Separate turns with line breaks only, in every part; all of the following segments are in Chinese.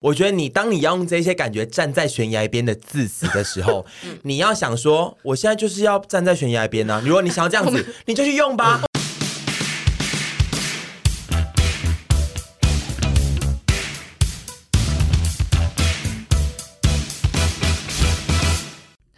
我觉得你当你要用这些感觉站在悬崖边的字词的时候，你要想说，我现在就是要站在悬崖边呢、啊。如果你想要这样子，你就去用吧。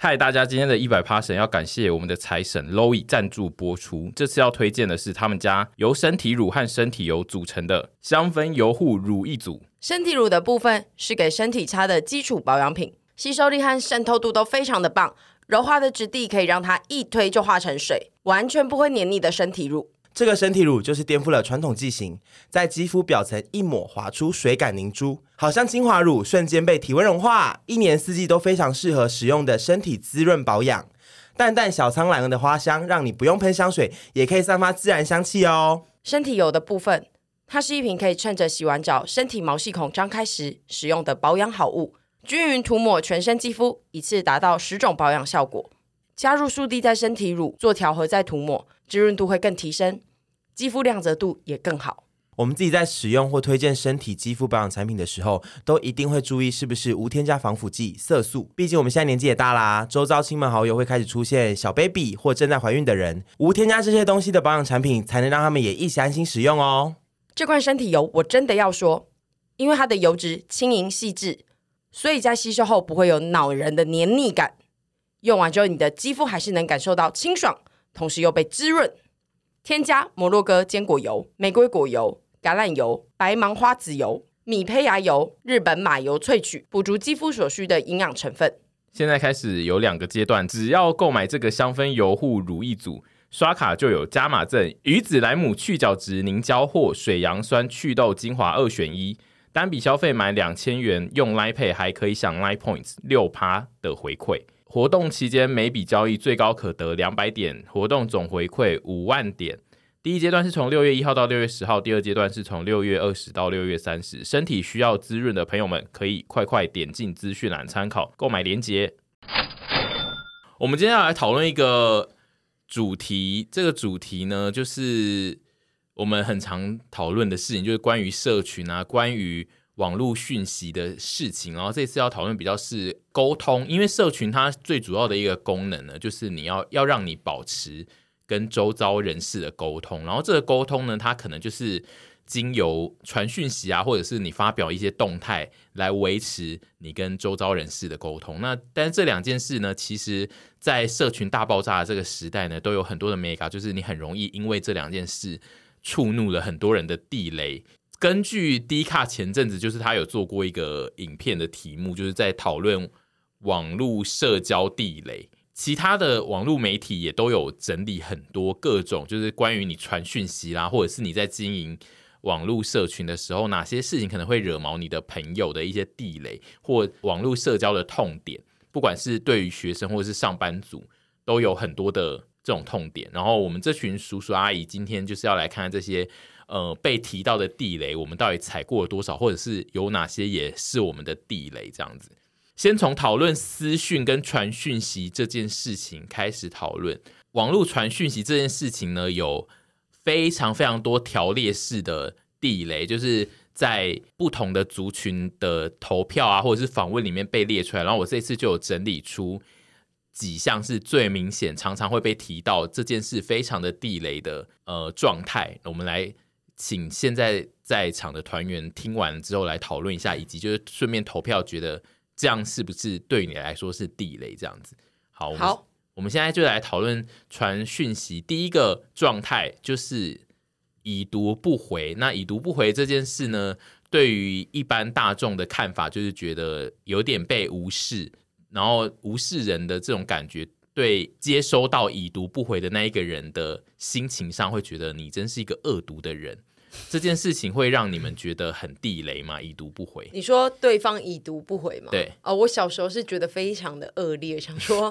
嗨，大家，今天的一百 p a 神要感谢我们的财神 Lowy 赞助播出。这次要推荐的是他们家由身体乳和身体油组成的香氛油护乳一组。
身体乳的部分是给身体擦的基础保养品，吸收力和渗透度都非常的棒，柔滑的质地可以让它一推就化成水，完全不会黏腻的身体乳。
这个身体乳就是颠覆了传统剂型，在肌肤表层一抹划出水感凝珠，好像精华乳瞬间被体温融化，一年四季都非常适合使用的身体滋润保养。淡淡小苍兰的花香，让你不用喷香水，也可以散发自然香气哦。
身体油的部分，它是一瓶可以趁着洗完澡、身体毛细孔张开时使用的保养好物，均匀涂抹全身肌肤，一次达到十种保养效果。加入速滴在身体乳做调和再涂抹，滋润度会更提升，肌肤亮泽度也更好。
我们自己在使用或推荐身体肌肤保养产品的时候，都一定会注意是不是无添加防腐剂、色素。毕竟我们现在年纪也大啦，周遭亲朋好友会开始出现小 baby 或正在怀孕的人，无添加这些东西的保养产品，才能让他们也一起安心使用哦。
这罐身体油我真的要说，因为它的油脂轻盈细致，所以在吸收后不会有恼人的黏腻感。用完之后，你的肌肤还是能感受到清爽，同时又被滋润。添加摩洛哥坚果油、玫瑰果油、橄榄油、白芒花籽油、米胚芽油、日本马油萃取，补足肌肤所需的营养成分。
现在开始有两个阶段，只要购买这个香氛油护乳一组，刷卡就有加码赠鱼子莱姆去角质凝胶或水杨酸祛痘精华二选一，单笔消费满两千元用 Line Pay 还可以享 Line Points 六趴的回馈。活动期间每笔交易最高可得两百点，活动总回馈五万点。第一阶段是从六月一号到六月十号，第二阶段是从六月二十到六月三十。身体需要滋润的朋友们，可以快快点进资讯栏参考购买链接。我们今天要来讨论一个主题，这个主题呢，就是我们很常讨论的事情，就是关于社群啊，关于网络讯息的事情，然后这次要讨论比较是沟通，因为社群它最主要的一个功能呢，就是你要要让你保持跟周遭人士的沟通，然后这个沟通呢，它可能就是经由传讯息啊，或者是你发表一些动态来维持你跟周遭人士的沟通。那但是这两件事呢，其实在社群大爆炸这个时代呢，都有很多的 mega，就是你很容易因为这两件事触怒了很多人的地雷。根据 D 卡前阵子就是他有做过一个影片的题目，就是在讨论网络社交地雷。其他的网络媒体也都有整理很多各种，就是关于你传讯息啦，或者是你在经营网络社群的时候，哪些事情可能会惹毛你的朋友的一些地雷，或网络社交的痛点。不管是对于学生或者是上班族，都有很多的这种痛点。然后我们这群叔叔阿姨今天就是要来看看这些。呃，被提到的地雷，我们到底踩过了多少，或者是有哪些也是我们的地雷？这样子，先从讨论私讯跟传讯息这件事情开始讨论。网络传讯息这件事情呢，有非常非常多条列式的地雷，就是在不同的族群的投票啊，或者是访问里面被列出来。然后我这次就有整理出几项是最明显、常常会被提到这件事非常的地雷的呃状态，我们来。请现在在场的团员听完之后来讨论一下，以及就是顺便投票，觉得这样是不是对你来说是地雷？这样子，好，我们
好，
我们现在就来讨论传讯息。第一个状态就是已读不回。那已读不回这件事呢，对于一般大众的看法就是觉得有点被无视，然后无视人的这种感觉，对接收到已读不回的那一个人的心情上，会觉得你真是一个恶毒的人。这件事情会让你们觉得很地雷吗？已读不回，
你说对方已读不回吗？
对
哦，我小时候是觉得非常的恶劣，想说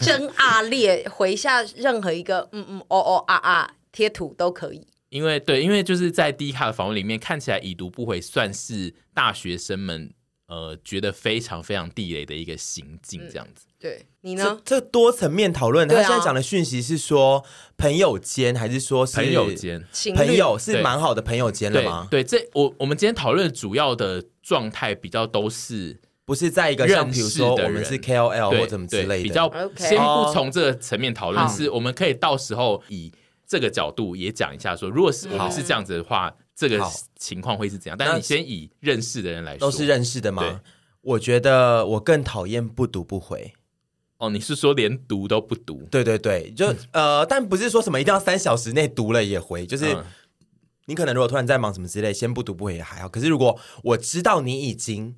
真啊劣，回下任何一个嗯嗯哦哦啊啊贴图都可以。
因为对，因为就是在低卡的访问里面，看起来已读不回算是大学生们呃觉得非常非常地雷的一个行径，
嗯
这样子。
对嗯你
这
呢？
这多层面讨论，他
对啊
现在讲的讯息是说朋友间，还是说是
朋友？间，
情侣
朋友是
对
蛮好的朋友间了
对
吗？
对，这我我们今天讨论主要的状态比较都是
不是在一个像
认
比如
识
说
的
我们是
人
KOL
对
哦或怎么之
对
类的，哦
比较
OK
先不从这个层面讨论，
好
是我们可以到时候以这个角度也讲一下说，如果是我们是这样子的话，这个
好
情况会是怎样？但
那
是你先以认识的人来说，
都是认识的
对
吗？我觉得我更讨厌不读不回。
哦，你是说连读都不读？
对对对，就、
嗯
呃，但不是说什么一定要三小时内读了也回，就是
嗯
你可能如果突然在忙什么之类，先不读不回也还好。可是如果我知道你已经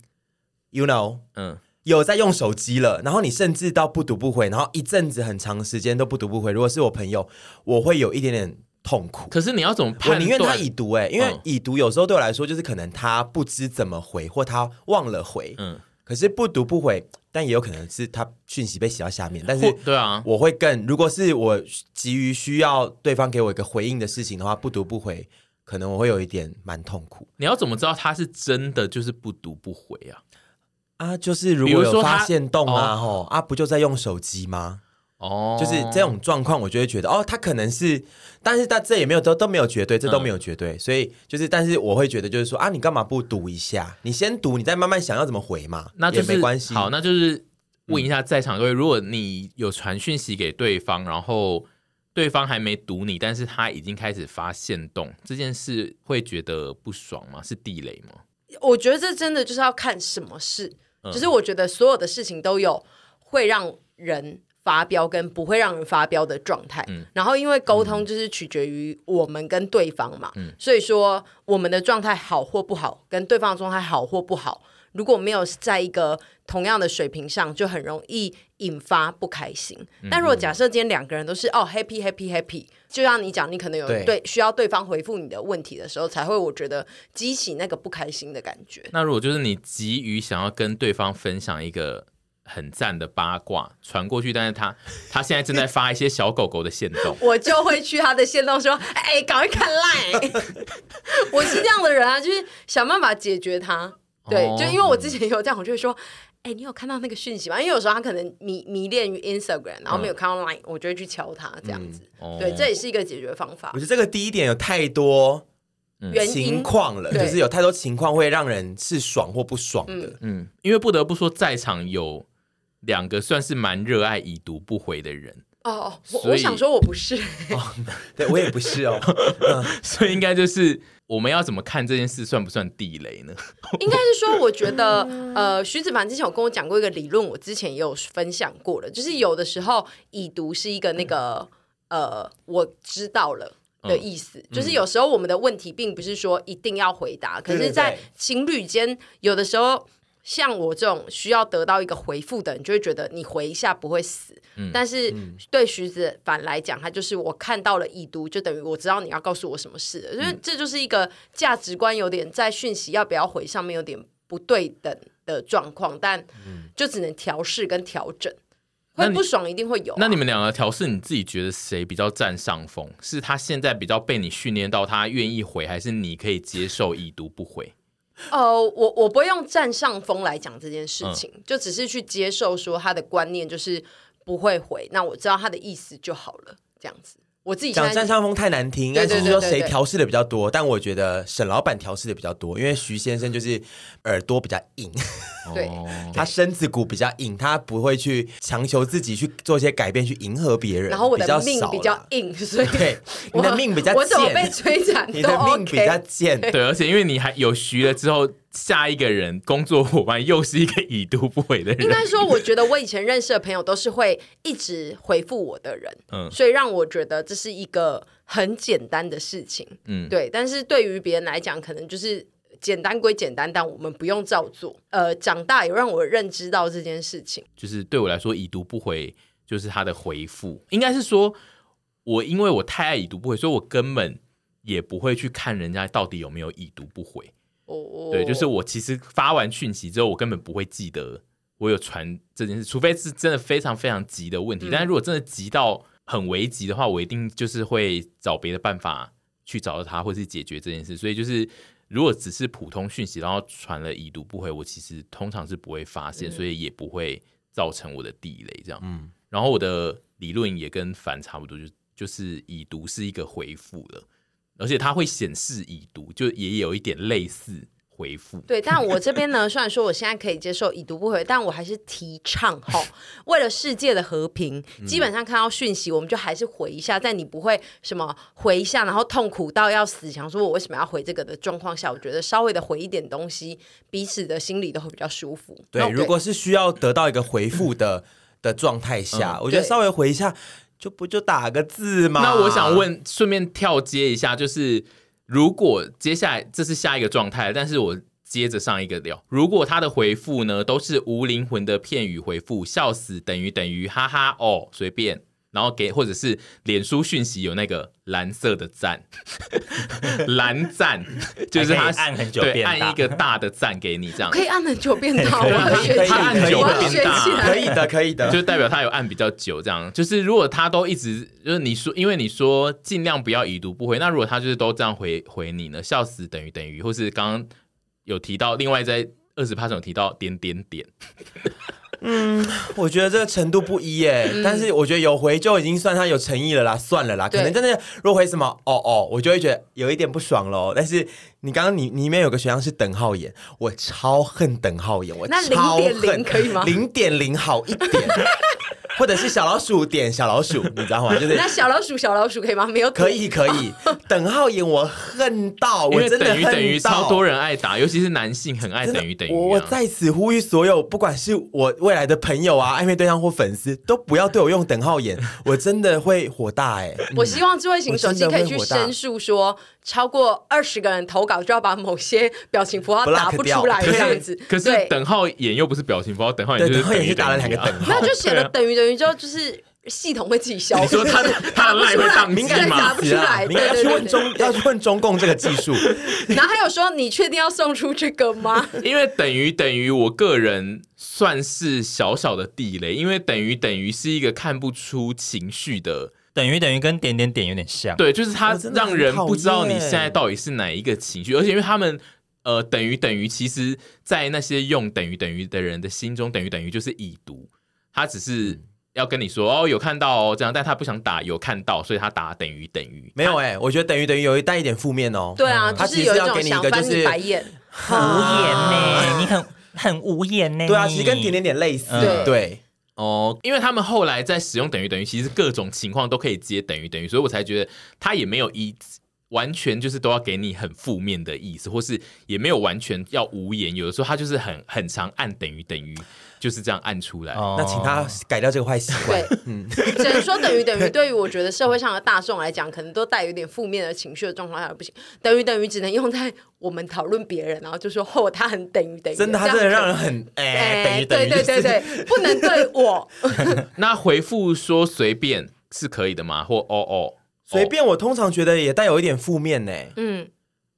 ，you know，
嗯，
有在用手机了，然后你甚至到不读不回，然后一阵子很长时间都不读不回，如果是我朋友，我会有一点点痛苦。
可是你要怎么判
我
断？
宁愿他已读哎、因为
嗯
已读有时候对我来说就是可能他不知怎么回，或他忘了回。
嗯，
可是不读不回，但也有可能是他讯息被写到下面，但
或
是
对啊，
我会更，如果是我急于需要对方给我一个回应的事情的话，不读不回，可能我会有一点蛮痛苦
你要怎么知道他是真的就是不读不回啊？
啊。就是如
比如
果
说
有
他
发现动啊，吼、啊，不就在用手机吗？
哦，
就是这种状况，我就会觉得哦，他可能是，但是他这也没有都都没有绝对，这都没有绝对，所以就是，但是我会觉得就是说啊，你干嘛不读一下？你先读，你再慢慢想要怎么回嘛，
那就是
也没关系。嗯
好，那就是问一下在场各位，如果你有传讯息给对方，然后对方还没读你，但是他已经开始发现动，这件事会觉得不爽吗？是地雷吗？
我觉得这真的就是要看什么事，
嗯
就是我觉得所有的事情都有会让人发飙跟不会让人发飙的状态。
嗯
然后因为沟通就是取决于我们跟对方嘛，
嗯
所以说我们的状态好或不好，跟对方的状态好或不好，如果没有在一个同样的水平上，就很容易引发不开心。
嗯
但如果假设今天两个人都是哦 happy happy happy，就像你讲，你可能有
对
对需要对方回复你的问题的时候，才会我觉得激起那个不开心的感觉。，
那如果就是你急于想要跟对方分享一个很赞的八卦传过去，但是他他现在正在发一些小狗狗的线动
我就会去他的线动说：“ 哎、赶快看赖。” 我是这样的人啊，就是想办法解决他。对，
哦
就因为我之前有这样，我就会说：“哎、你有看到那个讯息吗？”因为有时候他可能迷迷恋于 Instagram，然后没有看到 Line，、我就会去敲他这样子。
嗯哦
对，这也是一个解决方法
我。觉得这个第一点有太多
原因
情况了，
对
就是有太多情况会让人是爽或不爽的。
嗯，因为不得不说，在场有两个算是蛮热爱已读不回的 人，
哦哦，我
所以
我想说我不是，
对我也不是 哦，
所以应该就是我们要怎么看这件事算不算地雷呢？
应该是说，我觉得，呃，徐子凡之前有跟我讲过一个理论，我之前也有分享过了，就是有的时候已读是一个那个，呃，我知道了。
嗯
的意思、就是，有时候我们的问题并不是说一定要回答，
对
可是，
对
在
对
情侣间，有的时候像我这种需要得到一个回复的人，就会觉得你回一下不会死。但是对徐子凡来讲，他就是我看到了已读，就等于我知道你要告诉我什么事了，因为这就是一个价值观有点在讯息要不要回上面有点不对等的状况，但就只能调试跟调整。
那
会
你
不爽一定会有啊、
那你们两个调试，你自己觉得谁比较占上风？是他现在比较被你训练到他愿意回，还是你可以接受已读不回？
呃，我我不会用占上风来讲这件事情，就只是去接受说他的观念就是不会回，那我知道他的意思就好了，这样子。我自己现
讲
在
占上风太难听，应该
对对
是
对
说
对
谁
对
调试的比较多，但我觉得沈老板调试的比较多，因为徐先生就是耳朵比较硬，
对
哦
他身子骨比较硬，他不会去强求自己去做一些改变去迎合别人，
然后我的
较
命
少
比
啦
较硬，所以
对，你
我
的命比较
我怎么被
贱，
摧残
你
都
的命
OK。
比 较 贱，
对，而且因为你还有徐了之后，下一个人工作伙伴又是一个已读不回的
应
人，
该说，我觉得我以前认识的朋友都是会一直回复我的人，
嗯
所以让我觉得这是一个很简单的事情，
嗯
对。但是对于别人来讲，可能就是简单归简单，但我们不用照做。呃，长大有让我认知到这件事情，
就是对我来说，已读不回就是他的回复，应该是说，我因为我太爱已读不回，所以我根本也不会去看人家到底有没有已读不回。
哦，
对，就是我其实发完讯息之后，我根本不会记得我有传这件事，除非是真的非常非常急的问题。但是如果真的急到很危急的话，我一定就是会找别的办法去找到他，或是解决这件事。所以就是。如果只是普通讯息，然后传了已读不回，我其实通常是不会发现，所以也不会造成我的地雷这样。嗯，然后我的理论也跟凡差不多，就就是已读是一个回复了，而且它会显示已读，就也有一点类似回复。
对，但我这边呢， 虽然说我现在可以接受已读不回，但我还是提倡吼，为了世界的和平，基本上看到讯息我们就还是回一下，但你不会什么回一下，然后痛苦到要死，想说我为什么要回这个的状况下，我觉得稍微的回一点东西，彼此的心里都会比较舒服。
对，如果是需要得到一个回复的的状态下，我觉得
嗯对
稍微回一下，就不就打个字嘛。
那我想，问，顺便跳接一下，就是如果接下来这是下一个状态，但是我接着上一个聊，如果他的回复呢都是无灵魂的片语回复，笑死等于等于哈哈哦，随便。然后给或者是脸书讯息有那个蓝色的 赞，蓝赞就是他
还可以按很久
对
变大
按一个大的赞给你这样
我，可以按很 久变大，
可
我
以
要学
可以
起
他按
来，
久
我要
变
学
大
起来，
可以的，可以的，
就代表他有按比较久，这样就是如果他都一直就是你说，因为你说尽量不要已读不回，那如果他就是都这样回回你呢？笑死等于等于，或是刚刚有提到另外在二十 p a 有提到点点点，
我觉得这个程度不一耶，
嗯
但是我觉得有回就已经算他有诚意了啦，算了啦。
对
可能真的如果回什么哦哦，我就会觉得有一点不爽喽。但是你刚刚你你里面有个选项是等号眼，我超恨等号眼，我
那
超
0.0
恨
可以吗
零点零好一点，或者是小老鼠点小老鼠，你知道吗？就是
那小老鼠，小老鼠可以吗？没有
可以可 以，等号眼我恨到，
因
我
为
真的
等于等于
恨到
超多人爱打，尤其是男性很爱
真的
等于等于、啊。
我我在此呼吁所有，不管是我未来的朋友啊、暧昧对象或粉丝，都不要对我用等号眼， 我真的会火大哎、
我希望智慧型手机可以去
我真的会火大
申诉说，超过二十个人投稿就要把某些表情符号
Block
打不出来
掉
这
对
样子。
可是
对，
等号眼又不是表情包，等号眼
对，
就
等
是
号眼
于
是打了两个
等于啊
等号
那，就写了
对啊
等于等于之后，就是系统会自己消
你
灭。
说他的他的赖会宕
敏
机
感
对
吗
打？不出来
敏感啊要去
对对对
问中，要去问中共这个技 术，
然后还有说，你确定要送出这个吗？
因为等于等于，我个人算是小小的地雷，因为等于等于是一个看不出情绪的，
等于等于跟点点点有点像。
对，就是它
哦真的很
让人不知道
讨
你
厌
现在到底是哪一个情绪，而且因为他们。呃，等于等于，其实，在那些用等于等于的人的心中，等于等于就是已读，他只
嗯
是要跟你说哦，有看到哦，这样，但他不想打有看到，所以他打等于等于。
没有哎、我觉得等于等于有一带一点负面哦。
对
嗯
啊，
他其
就是
实
有
要
种
给你一
想
个就
翻你
是
白眼。
无言
啊
呢，你很很无言呢。
对啊，其实跟点点点类似，
嗯
对，
哦，因为他们后来在使用等于等于，其实各种情况都可以接等于等于，所以我才觉得他也没有一完全就是都要给你很负面的意思，或是也没有完全要无言。有的时候他就是很很常按等于等于，就是这样按出来。
哦
那请他改掉这个坏习惯
对。，
嗯
只能说等于等于，对于我觉得社会上的大众来讲，可能都带有点负面的情绪的状况下不行。等于等于只能用在我们讨论别人，然后就说哦，他很等于等于，
真的，他
这样
真的让
可
人很哎、
哎，
等于等于，
对
就
对对
哦
是
对，不能对 我。
那回复说随便是可以的吗？或哦哦，
随便，我通常觉得也带有一点负面呢、
嗯，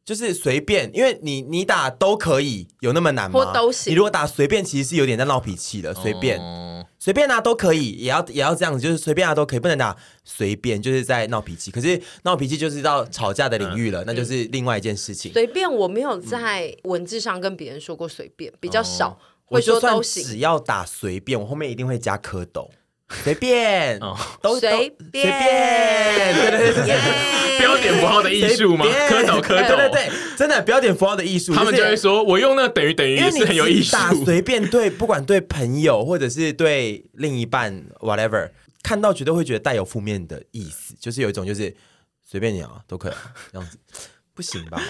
就是随便，因为你你打都可以，有那么难吗？
或都行
你如果打随便，其实是有点在闹脾气的。随便、
哦
随便啊都可以，也要也要这样子，就是随便啊都可以，不能打随便，就是在闹脾气。可是闹脾气就是到吵架的领域
嗯
了，那就是另外一件事情。
随便，我没有在文字上跟别人说过随便，比较少
哦我
会
就
说
算
都
只
行。
要打随便，我后面一定会加蝌蚪。随便，
哦
都都
随
随便，对对对对对。
耶
标点符号的 艺术吗？
随
蝌
便
蚪蝌
对对
蚪，
对，真的标点符号的艺术，
他们就
就是
会说，我用那等于等于
因
也
为你
是很有艺术。
打随便对，不管对朋友或者是对另一半，whatever，看到绝对会觉得带有负面的意思，就是有一种就是随便你啊，都可以啊 这样子，不行 吧？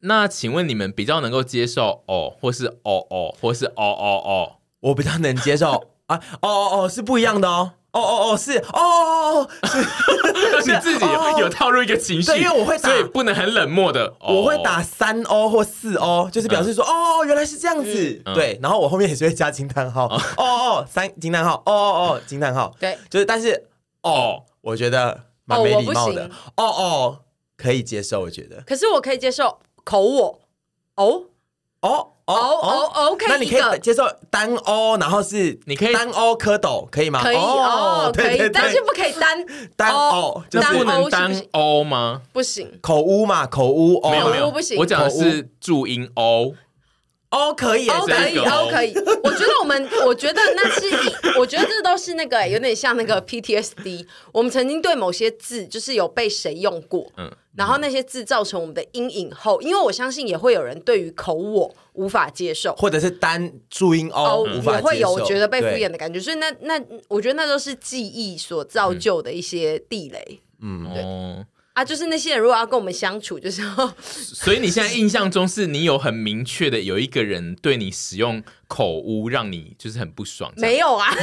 那请问你们比较能够接受哦，或是哦哦，或是哦哦 哦？
我比较能接受啊，哦哦哦，是不一样的哦，哦哦哦，是哦哦哦哦，是
你自己
哦
有
哦
有套入一个情绪，
对因为我会打
所以不能很冷漠的。哦
我会打，三哦或四哦，就是表示说、哦，原来是这样子，
嗯
对。然后我后面也是会加惊叹 号，哦哦，三惊叹号，哦哦哦，惊叹号，
对，
就是但是哦，我觉得蛮没礼貌的
哦我不，
哦哦，可以接受，我觉得，
可是我可以接受口我哦
哦哦
哦哦
哦，
哦，可
那
以
你
一
可以
个
接受单哦，然后是
你可以
单哦蝌蚪，可以吗？
可以哦，可
对
以
对，
但是
对，
不可以单
单
哦
哦，就是
那不
单
能
哦是
单
不是
哦吗？
不行，
口误嘛，口误哦，
没有没有，
不行
我讲的是注音哦。
哦可以耶，
哦
这
可
个
以哦可以。我觉得我们， 我觉得那是一，我觉得这都是那个欸有点像那个 PTSD。我们曾经对某些字就是有被谁用过，
嗯
然后那些字造成我们的阴影后，因为我相信也会有人对于口我无法接受，
或者是单注音哦，无法
也会
接受
有觉得被敷
对
衍的感觉，所以那那我觉得那都是记忆所造就的一些地雷。
嗯
哦，
啊，就是那些人如果要跟我们相处，就是要
所以你现在印象中是你有很明确的有一个人对你使用口污，让你就是很不爽，
没有 啊，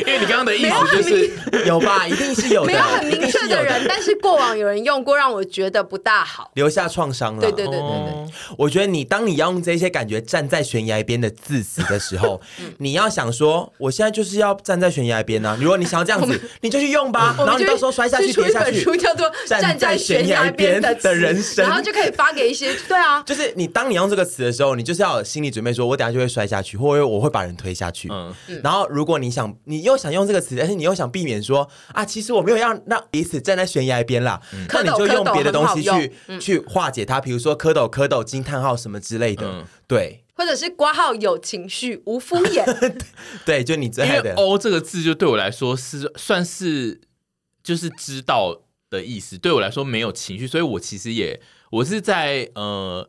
因为你刚刚的意思就是
有吧，一定是有的，
没有很
一
明
定是
确的
有
人，但是过往有人用过，让我觉得不大好。
留下创伤了。
对对对对对，
哦
我觉得你当你要用这些感觉站在悬崖边的字词的时 候，嗯你要想说，我现在就是要站在悬崖边呢、啊。如果你想要这 样子，你就去用吧，
我
然
们
后你
就
到时候摔下去
就出
跌
一
下
本
去
书，叫做
站
《站
在
在
悬
悬
崖
崖边
边的
词
人生
然后就可以发给一些 对啊，
就是你当你用这个词的时候，你就是要有心理准备说我等下就会摔下去，或者我会把人推下去。
嗯
然后如果你想，你又想用这个词，但是你又想避免说啊，其实我没有要让彼此站在悬崖边啦，
嗯
那你就用别的东西
蝌蚪蝌蚪很
去、去化解它，比如说蝌蚪蝌蚪惊叹号什么之类的。
嗯
对
或者是挂号有情绪无敷衍，
对，就你最
因
爱
为
的
“哦”这个字就对我来说是算是就是知道的意思，对我来说没有情绪，所以我其实也我是在呃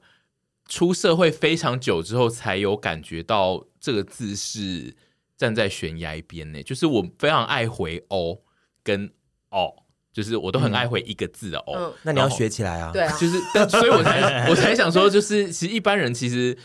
出社会非常久之后才有感觉到这个字是站在悬崖边呢，就是我非常爱回“哦”跟“哦”，就是我都很爱回一个字的“哦”
嗯，
嗯那你要学起来啊。。
对啊，
就是，但所以我才我才想说，就是其实一般人其实，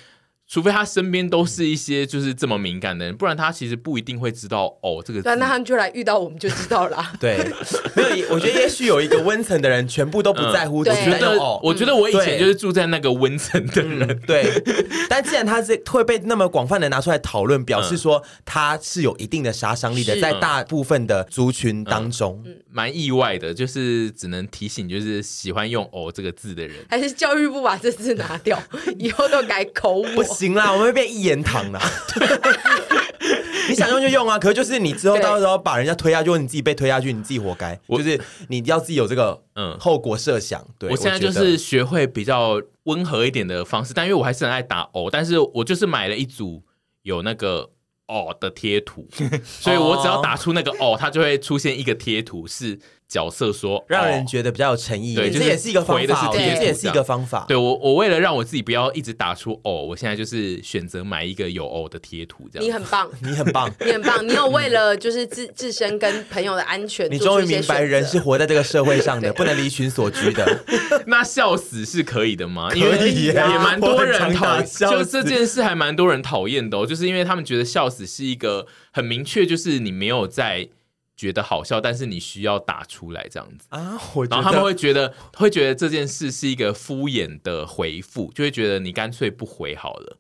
除非他身边都是一些就是这么敏感的人，不然他其实不一定会知道哦这个字
对啊，。那他们就来遇到我们就知道啦
对， 没有，我觉得也许有一个温层的人，全部都不在乎，
嗯
只觉
对
觉
得
得
哦，
我觉得我以
对嗯
前就是住在那个温层的人，
对。但既然他这会被那么广泛的拿出来讨论，表
嗯
示说他是有一定的杀伤力的，
是
在大部分的族
嗯
群当中，
嗯
蛮意外的。就是只能提醒，就是喜欢用哦这个字的人，
还是教育部把这字拿 掉，以后都改口
不
我。
行啦，我们会变一言堂 啦。 你想用就用啊，可是就是你之后到时候把人家推下去，或你自己被推下去，你自己活该。
我
就是你要自己有这个嗯
嗯
后果设想。对，
我现在
觉
就
得
是学会比较温和一点的方式，但因为我还是很爱打哦，但是我就是买了一组有那个哦的 贴图，所以我只要打出那个哦，它就会出现一个贴图是角色说，
让人
哦
觉得比较有诚意，
对
这
就是
也是一个方
回的是
法，我觉
贴
得
图
这也是一
这
个
样
方法。
对我，我为了让我自己不要一直打出哦，我现在就是选择买一个有哦的贴图，这
你
样。
很棒，
你很 棒，
你很棒，你有为了就是自自身跟朋友的安全，
你
做
终
出
于
一些
明白
选择
人是活在这个社会上的，
对
不能离群所居的。
那笑死是可以的吗？
以
因
啊
为也蛮多人
我很常打
讨，
笑死
就这件事还蛮多人讨厌的、哦，就是因为他们觉得笑死是一个很明确，就是你没有在觉得好笑，但是你需要打出来这样子。
啊，我觉
然
得
后他们会觉得，会觉得这件事是一个敷衍的回复，就会觉得你干脆不回好了。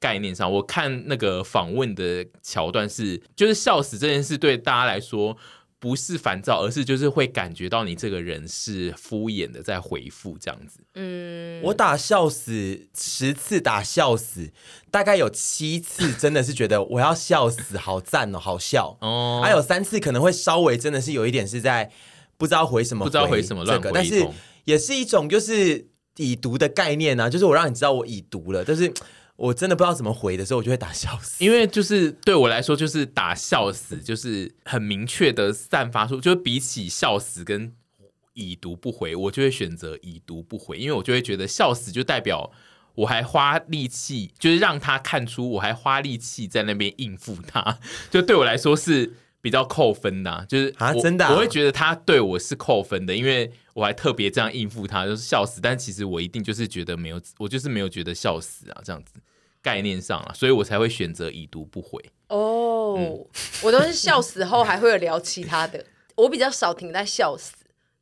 概念上，我看那个访问的桥段是，就是笑死这件事对大家来说不是烦躁，而是就是会感觉到你这个人是敷衍的在回复这样子。
嗯，
我打笑死十次，打笑死，大概有七次真的是觉得我要笑死，好赞哦，好笑。
哦
还有三次可能会稍微真的是有一点是在不知道回什么，
不知道回什么
这
乱
个，
回
但
一
是
通
也是一种就是已读的概念啊，就是我让你知道我已读了，但是我真的不知道怎么回的时候，我就会打笑死。
因为就是对我来说，就是打笑死，就是很明确的散发出，就是比起笑死跟已读不回，我就会选择已读不回，因为我就会觉得笑死就代表我还花力气，就是让他看出我还花力气在那边应付他， 就对我来说是。比较扣分的啊、就是
啊
我
真的啊
我会觉得他对我是扣分的，因为我还特别这样应付他，就是笑死。但其实我一定就是觉得没有，我就是没有觉得笑死啊，这样子。概念上啊，所以我才会选择已读不回。，
哦，
嗯
我都是笑死后还会有聊其他的，我比较少停在笑死，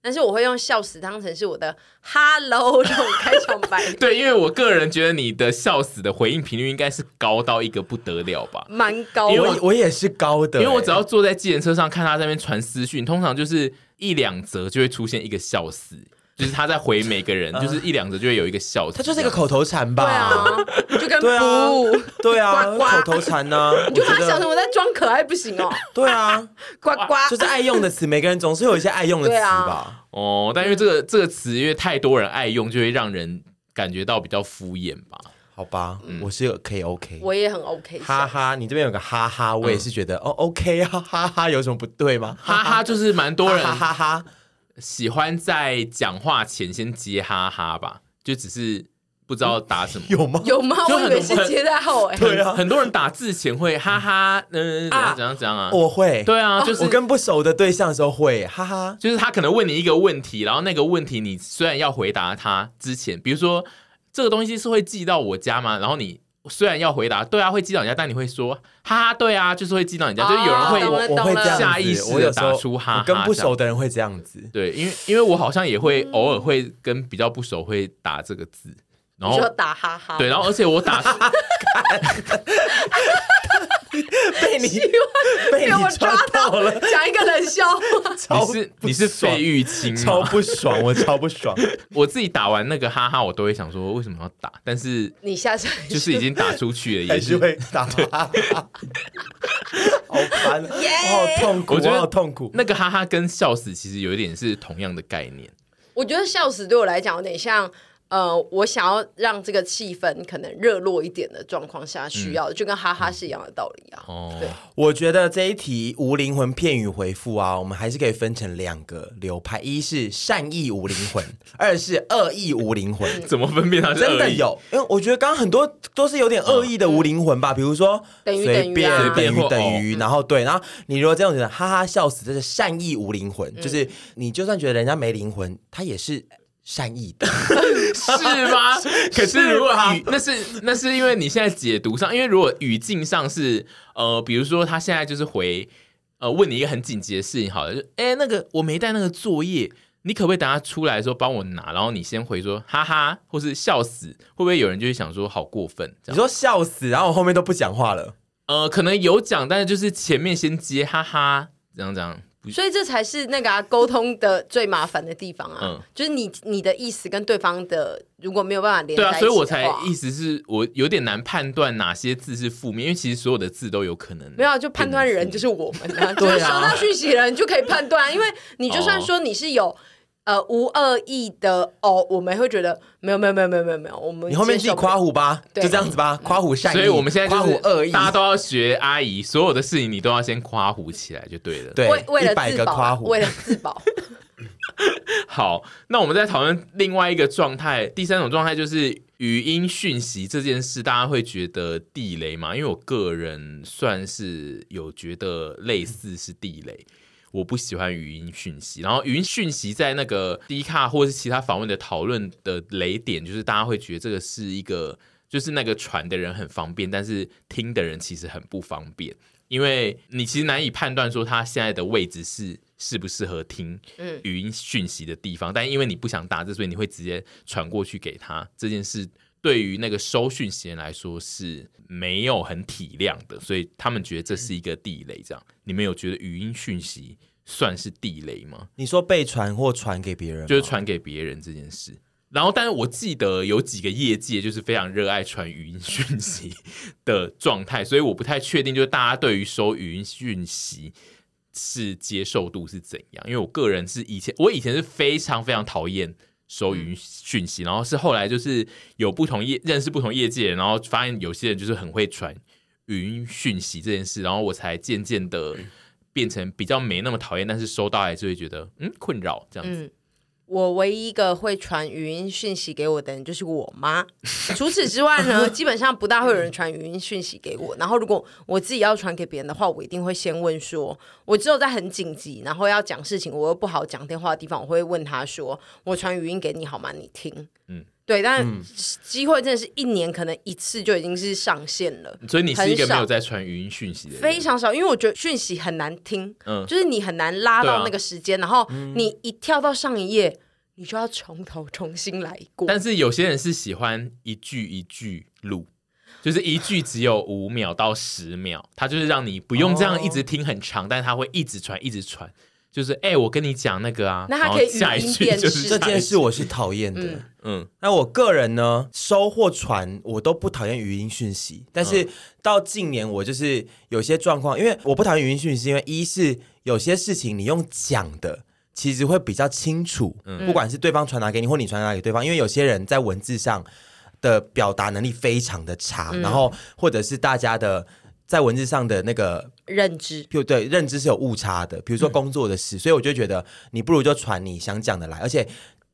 但是我会用笑死当成是我的 hello 这种开场 白
对，因为我个人觉得你的笑死的回应频率应该是高到一个不得了吧。
蛮高
因为
我
的。
我也是高的、欸
因为我只要坐在计程车上看他在那边传私讯，通常就是一两则就会出现一个 笑死，就是他在回每个人，就是一两则就会有一个笑死。
呃他就是一个口头禅吧？
对啊，就跟
对啊
不，
对啊，
呱呱
口头禅 呢、啊？
你就
我
把
觉
它想
得
成我在装可爱不 行哦，
对啊，
呱呱。
就是爱用的词，每个人总是有一些爱用的词
对啊
吧？
哦，但因为这个这个词，因为太多人爱用，就会让人感觉到比较敷衍 吧。
好吧，
嗯
我是有 K OK。
我也很 OK，
哈哈，你这边有个哈哈，我也是觉得、哦，OK 啊，哈哈，有什么不对吗？
哈哈，就是蛮多人
哈哈哈哈，
喜欢在讲话前先接哈哈吧，就只是不知道打什么。
有吗？
有吗？
就
我
很
以为是接在后哎、
对啊
很多人打字前会哈哈，
啊
嗯、怎样怎样怎样啊？
我会，
对啊，就是
哦我跟不熟的对象的时候会，哈哈。
就是他可能问你一个问题，然后那个问题你虽然要回答他之前，比如说这个东西是会寄到我家吗？然后你虽然要回答对啊会寄到你家，但你会说哈哈对啊，就是会寄到你家，
哦
就是有人
懂
会
我
了
我会
懂了
这样子
下意识地
我有时候
打出哈哈
我跟不熟的人会这样子，
对，因为因为我好像也会偶尔会跟比较不熟会打这个字，然
你
后
说打哈哈，
对，然后而且我打
被你被
被我
你
抓
到了，
讲一个冷笑 话，
超
你是
不
你是
爽
费玉清吗
超不爽，我超不爽。
我自己打完那个哈哈，我都会想说为什么要打，但是
你下次
就是已经打出去了，也
还是
是
会打哈 哈，好烦，我好痛苦，
我觉得
好痛苦。
那个哈哈跟笑死其实有一点是同样的概念。
我觉得笑死对我来讲有点像，呃，我想要让这个气氛可能热络一点的状况下需要的，就跟哈哈是一样的道理
嗯
啊。
哦，
对
我觉得这一题无灵魂片语回复啊，我们还是可以分成两个流派：一是善意无灵魂，二是恶意无灵魂。
怎么分辨它是
真的
恶意？
有，因为我觉得刚刚很多都是有点恶意的无灵魂吧，比如说
等于
随便
等于啊
等
随便
于
或
等于，然后对，然后你如果这样觉得哈哈笑死，这是善意无灵魂，就是你就算觉得人家没灵魂，他也是善意的。
是吗？可是如果
是吧
语那是那是因为你现在解读上，因为如果语境上是呃，比如说他现在就是回呃问你一个很紧急的事情，好了，就哎、那个我没带那个作业，你可不可以等他出来的时候帮我拿？然后你先回说哈哈，或是笑死，会不会有人就会想说好过分这
你说
样？
笑死，然后我后面都不讲话了。
呃，可能有讲，但是就是前面先接哈哈，这样这样，不
所以这才是那个啊沟、通的最麻烦的地方啊，
嗯
就是你你的意思跟对方的如果没有办法连
对
在一
啊，
起
所以我
的
才
话
意思是我有点难判断哪些字是负面，因为其实所有的字都有可能
没有啊就判断人就是我们 啊，就是收到讯息的人就可以判断，因为你就算说你是有。
哦
呃，无恶意的哦，我们会觉得没有没有没有没有没有没有，我们
你后面自
接
己
受不了
夸虎吧，就
对
这样子吧，夸虎善意，
所以我们现在
夸
就是
虎恶意，
大家都要学阿姨，所有的事情你都要先夸胡起来就对了。，
对
为为了
一百
自
个
保啊，
夸虎
为。了自保，
好，那我们再讨论另外一个状态，第三种状态就是语音讯息这件事，大家会觉得地雷吗？因为我个人算是有觉得类似是地雷。我不喜欢语音讯息，然后语音讯息在那个低卡或是其他访问的讨论的雷点，就是大家会觉得这个是一个，就是那个传的人很方便，但是听的人其实很不方便，因为你其实难以判断说他现在的位置是适不适合听
嗯
语音讯息的地方，但因为你不想打字，所以你会直接传过去给他这件事。对于那个收讯息人来说是没有很体谅的，所以他们觉得这是一个地雷。这样，你们有觉得语音讯息算是地雷吗？
你说被传或传给别人吗，
就是传给别人这件事。然后，但是我记得有几个业界就是非常热爱传语音讯息的状态，所以我不太确定，就是大家对于收语音讯息是接受度是怎样。因为我个人是以前，我以前是非常非常讨厌收语音讯息，然后是后来就是有不同业认识不同业界的人，然后发现有些人就是很会传语音讯息这件事，然后我才渐渐的变成比较没那么讨厌，但是收到来就会觉得嗯困扰这样子。
嗯，我唯一一个会传语音讯息给我的人就是我妈。 除此之外呢，基本上不大会有人传语音讯息给我。然后如果我自己要传给别人的话，我一定会先问说，我只有在很紧急，然后要讲事情，我又不好讲电话的地方，我会问他说，我传语音给你好吗？你听。
嗯
嗯。对，但机会真的是一年可能一次就已经是上限了。
所以你是一个
很
没
少
有在传语音讯息的人，
非常少，因为我觉得讯息很难听，
嗯
就是你很难拉
对啊
到那个时间，然后
嗯
你一跳到上一页，你就要从头重新来过。
但是有些人是喜欢一句一句录，就是一句只有五秒到十秒，他就是让你不用这样一直听很长，但是他会一直传一直传，就是哎、我跟你讲那个啊，
那他可以
然后下一
语音
句
辨
就
识
是
这
下一
件
句
事，我是讨厌的。
嗯
嗯，
那我个人呢，收或传我都不讨厌语音讯息，但
嗯
是到近年我就是有些状况，因为我不讨厌语音讯息，因为一是有些事情你用讲的。其实会比较清楚，
嗯
不管是对方传达给你，或你传达给对方，因为有些人在
嗯
文字上的表达能力非常的差，然后或者是大家的在文字上的那个
认知。
譬如对认知是有误差的，比如说工作的事，所以我就觉得你不如就传你想讲的来，而且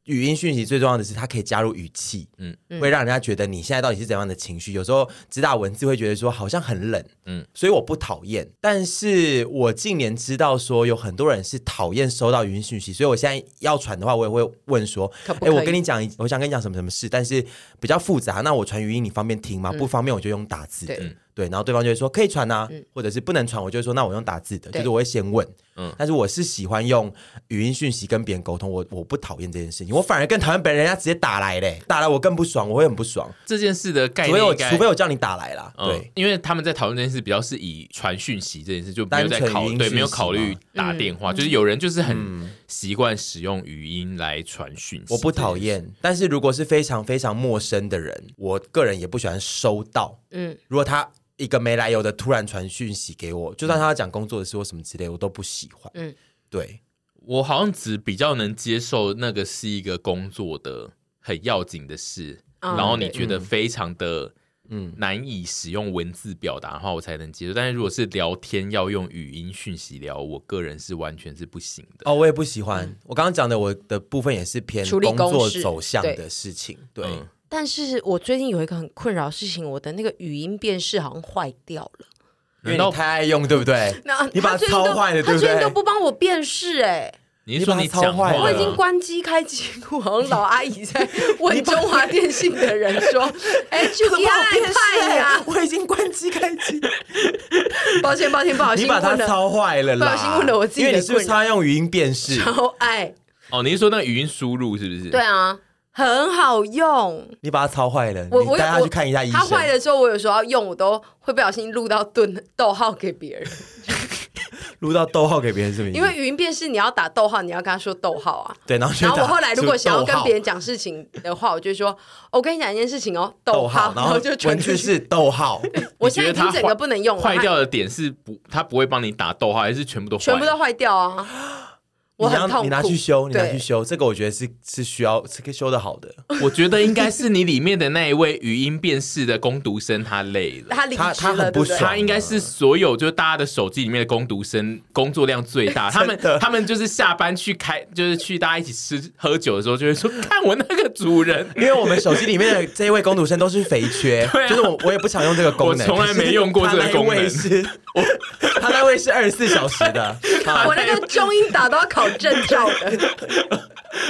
语音讯息最重要的是它可以加入语气，嗯
嗯，
会让人家觉得你现在到底是怎样的情绪。有时候只打文字会觉得说好像很冷，嗯
嗯，
所以我不讨厌，但是我近年知道说有很多人是讨厌收到语音讯息，所以我现在要传的话，我也会问说，
可不
哎、
可以？
我跟你讲一，我想跟你讲什么什么事，但是比较复杂。那我传语音你方便听吗？不方便我就用打字的。
对
对，然后对方就会说可以传啊，
嗯
或者是不能传，我就会说那我用打字的，就
对
是我会先问。嗯
嗯，
但是我是喜欢用语音讯息跟别人沟通，我我不讨厌这件事情，我反而更讨厌别人家直接打来嘞，打来我更不爽，我会很不爽。
这件事的概
哎
除
念
非我
应该，
除非我叫你打来啦，
嗯
对，，
因为他们在讨论这件事，比较是以传讯息这件事，就没有在
单纯
考
语音
对，
讯
没有
息
考虑
嘛嗯
打
嗯
电话，就是有人就是很习惯使用语音来传讯息，
我不讨。厌。但是如果是非常非常陌生的人，我个人也不喜欢收到。
嗯，
如果他一个没来由的突然传讯息给我，就算他要讲工作的事或什么之类，我都不喜欢。嗯
嗯，
对，
我好像只比较能接受那个是一个工作的很要紧的事，
嗯
然后你
对
觉得非常的
嗯
嗯难以使用文字表达的话，我才能接受。但是如果是聊天要用语音讯息聊，我个人是完全是不行的。
哦，我也不喜欢。我刚刚讲的我的部分也是偏
嗯处理
工
公
作
事
走向
对
的事情，对。
嗯
但是我最近有一个很困扰的事情，我的那个语音辨识好像坏掉了。
因为你
难道
太爱用，对不对？
那
你把它
他最近都
超坏了对不啊
他最近
对
都不帮我辨识哎、
你是说
你把它
讲
操
话
坏
了
了
吗？
我已经关机开机，我好像老阿姨在问中华电信的人 说：“哎，去
怎么
给
我变
派呀
帅！我已经关机开机，！”
抱歉，抱歉，不好意思，
你把它
问了
操坏了啦！
不小心问了我自己的
因为你是不是
困扰
常用语音辨识？
超爱，
哦，你是说那个语音输入是不是？
对啊，很好用。
你把它操坏了，
我
你
我
带
有
他
我
去看一下医生。
他坏的时候，我有时候要用，我都会不小心录到顿逗号给别人，
嗯录到逗号给别人是不是？
因为语音辨识你要打逗号，你要跟他说逗号啊。
对，然后就
然后我
打
后来如果想要
出
跟
逗号
别人讲事情的话，我就说：“哦我跟你讲一件事情哦，
逗
逗
号，然
然
后
就传
文
出
字
去。
是逗号，
我
你觉
现在已
得
经整
它
个不能用了，
坏
它
掉的点是不，他不会帮你打逗号，还是全部都坏
全部都坏掉啊！我
你
很
拿
痛苦。
你拿去修，你拿
对
去修，这个我觉得是是需要是可以修的好的。
我觉得应该是你里面的那一位语音辨识的攻读生，他累了。
他离职
他
了，
他很不
对不
爽
他应该是所有就是大家的手机里面的攻读生工作量最 大，他们
真的
他们就是下班去开，就是去大家一起吃喝酒的时候，就会说看我那个主人，
因为我们手机里面的这一位工读生都是肥 缺，
对啊
就是我我也不常用这个功能，
我从来没用过这个功能
可 是他那一位是，他那位是二十四小时的，
对
啊
我那个中英打都要考证照的，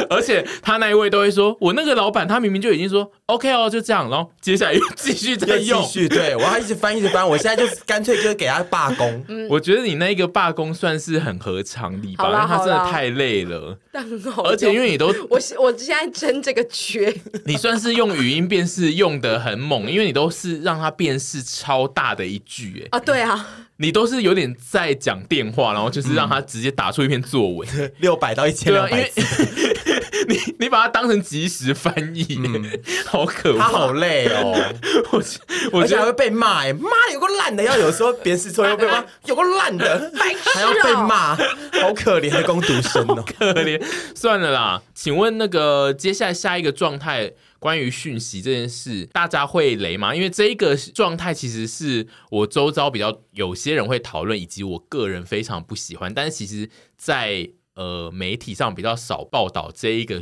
而且他那一位都会说，我那个老板他明明就已经说 OK 哦，就这样，然后接下来又继续在
又
用
继。续对我要一直翻一直翻，我现在就是干脆就是给他罢工，
嗯
我觉得你那一个罢工算是很合常理吧，
好
因为
啦
他真的
好啦
太累了，
但很好用
而且因为你都
我是我现在争这个缺，
你算是用语音辨识用的很猛，因为你都是让它辨识超大的一句、哎，
啊，对啊，
你都是有点在讲电话，然后就是让它直接打出一篇作文，
六百到一千
对
两
啊，因
百
为 你你把它当成即时翻译、 好可
嗯他
怕，
好累哦，
我觉我
而
觉
且还
得
会被骂欸耶，妈有个烂的，要有时候别人试错又被 骂，有个烂的，还要被骂，好可怜的工读生哦。
可怜， 算了啦。请问那个接下来下一个状态，关于讯息这件事，大家会雷吗？因为这一个状态其实是我周遭比较有些人会讨论，以及我个人非常不喜欢，但是其实在呃媒体上比较少报道这一个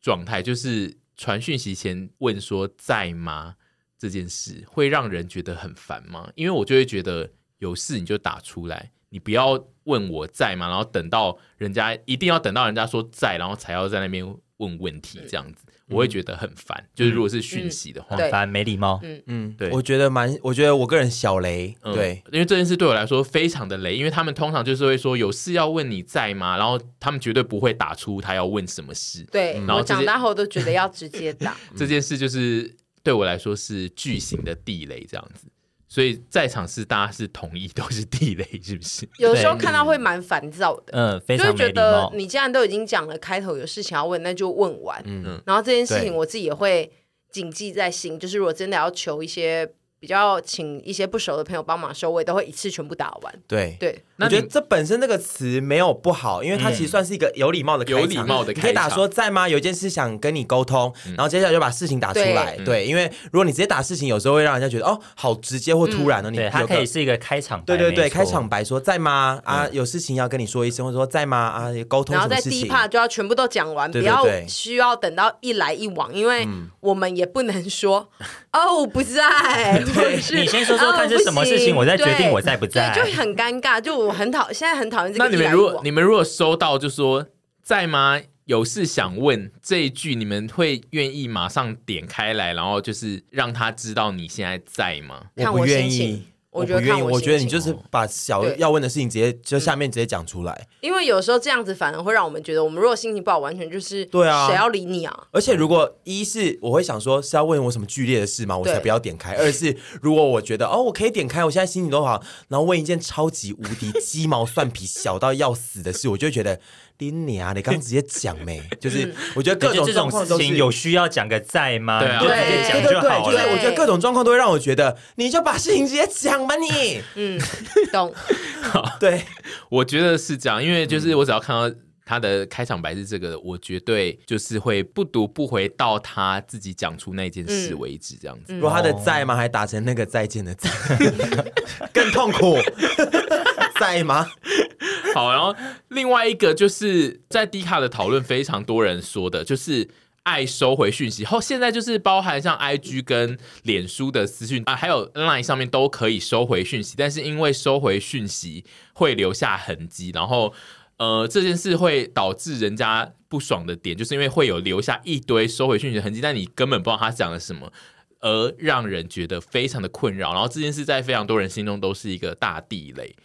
状态，就是传讯息前问说在吗这件事，会让人觉得很烦吗？因为我就会觉得有事你就打出来，你不要问我在吗？然后等到人家一定要等到人家说在，然后才要在那边问问题这样子，我会觉得很烦。就是如果是讯息的话，
对
烦没礼貌。
嗯，
对
我觉得蛮，我觉得我个人小雷，
嗯
对，，
因为这件事对我来说非常的雷，因为他们通常就是会说有事要问你在吗？然后他们绝对不会打出他要问什么事。
对、
嗯
然后
我
直接
长大后都觉得要直接 打，
这件事就是对我来说是巨型的地雷这样子。所以在场是大家是同意都是地雷，是不是？
有时候看到会蛮烦躁的。
嗯，非
就会
常没
觉
礼
得
貌。
你既然都已经讲了开头有事情要问，那就问完。
嗯
然后这件事情
对
我自己也会谨记在心，就是如果真的要求一些比较请一些不熟的朋友帮忙收，我也都会一次全部打完。
对。
对，
那
我
你
觉得这本身这个词没有不好，因为它其实算是一个有礼貌的开场
有礼貌的
你可以
开
打
场嗯
说在吗？有一件事想跟你沟通，然后接下来就把事情打出来。
对嗯
对，因为如果你直接打事情，有时候会让人家觉得哦，好直接或突然
嗯
哦。你
对，它
有
可
个
以是一个开场白，
对对对，
哎
没错
开场白说在吗？啊，
嗯
有事情要跟你说一声，或者说在吗？啊，沟通
然
什
后
么
在
事
第一
情？
趴就要全部都讲完，
对
不
对
要
对
需要等到一来一往，因为
嗯
我们也不能 说哦我不在，或者是
你先说说看是什么
哦
事情，
不行
我再决定
对
我在不在。
对，就很尴尬，就我很讨，现在很讨厌这个
那
一
你
来一往。
们如果你们如果收到就说在吗？有事想问这一句，你们会愿意马上点开来，然后就是让他知道你现在在吗？
我
看
不
我
愿
心
意
情，
我不
我觉得
愿
看
意。
我
我觉得
心哦
你就是把小
对嗯
要问的事情直接就下面直接讲出来。
因为有时候这样子反而会让我们觉得，我们如果心情不好，完全就是
对啊
谁要理你啊？
而且，如果一是我会想说是要问我什么剧烈的事吗？我才
对
不要点开。二是如果我觉得哦，我可以点开，我现在心情都好，然后问一件超级无敌鸡毛蒜皮小到要死的事，我就会觉得拎你啊，你刚直接讲 没？
嗯
就是我觉得各
对就
种
这
状
种
况
事
都
情
是
有需要讲个在吗？
对啊
你就直接
对
讲
对
就
对，
好
就是
了。
我觉得各种状况都会让我觉得，你就把事情直接讲吧， 你。
嗯，懂。
对，
我觉得是这样，因为就是我只要看到他的开场白是这个，我绝对就是会不读不回到他自己讲出那件事为止，这样
嗯
子。
如果他的在吗，还打成那个再见的再， 更痛苦， 在吗？
好，然后另外一个就是在 D 卡的讨论非常多人说的，就是爱收回讯息。后现在就是包含像 IG 跟脸书的私讯啊，还有 Line 上面都可以收回讯息，但是因为收回讯息会留下痕迹，然后。呃，这件事会导致人家不爽的点，就是因为会有留下一堆收回讯息的痕迹，但你根本不知道他讲了什么，而让人觉得非常的困扰。然后这件事在非常多人心中都是一个大地雷。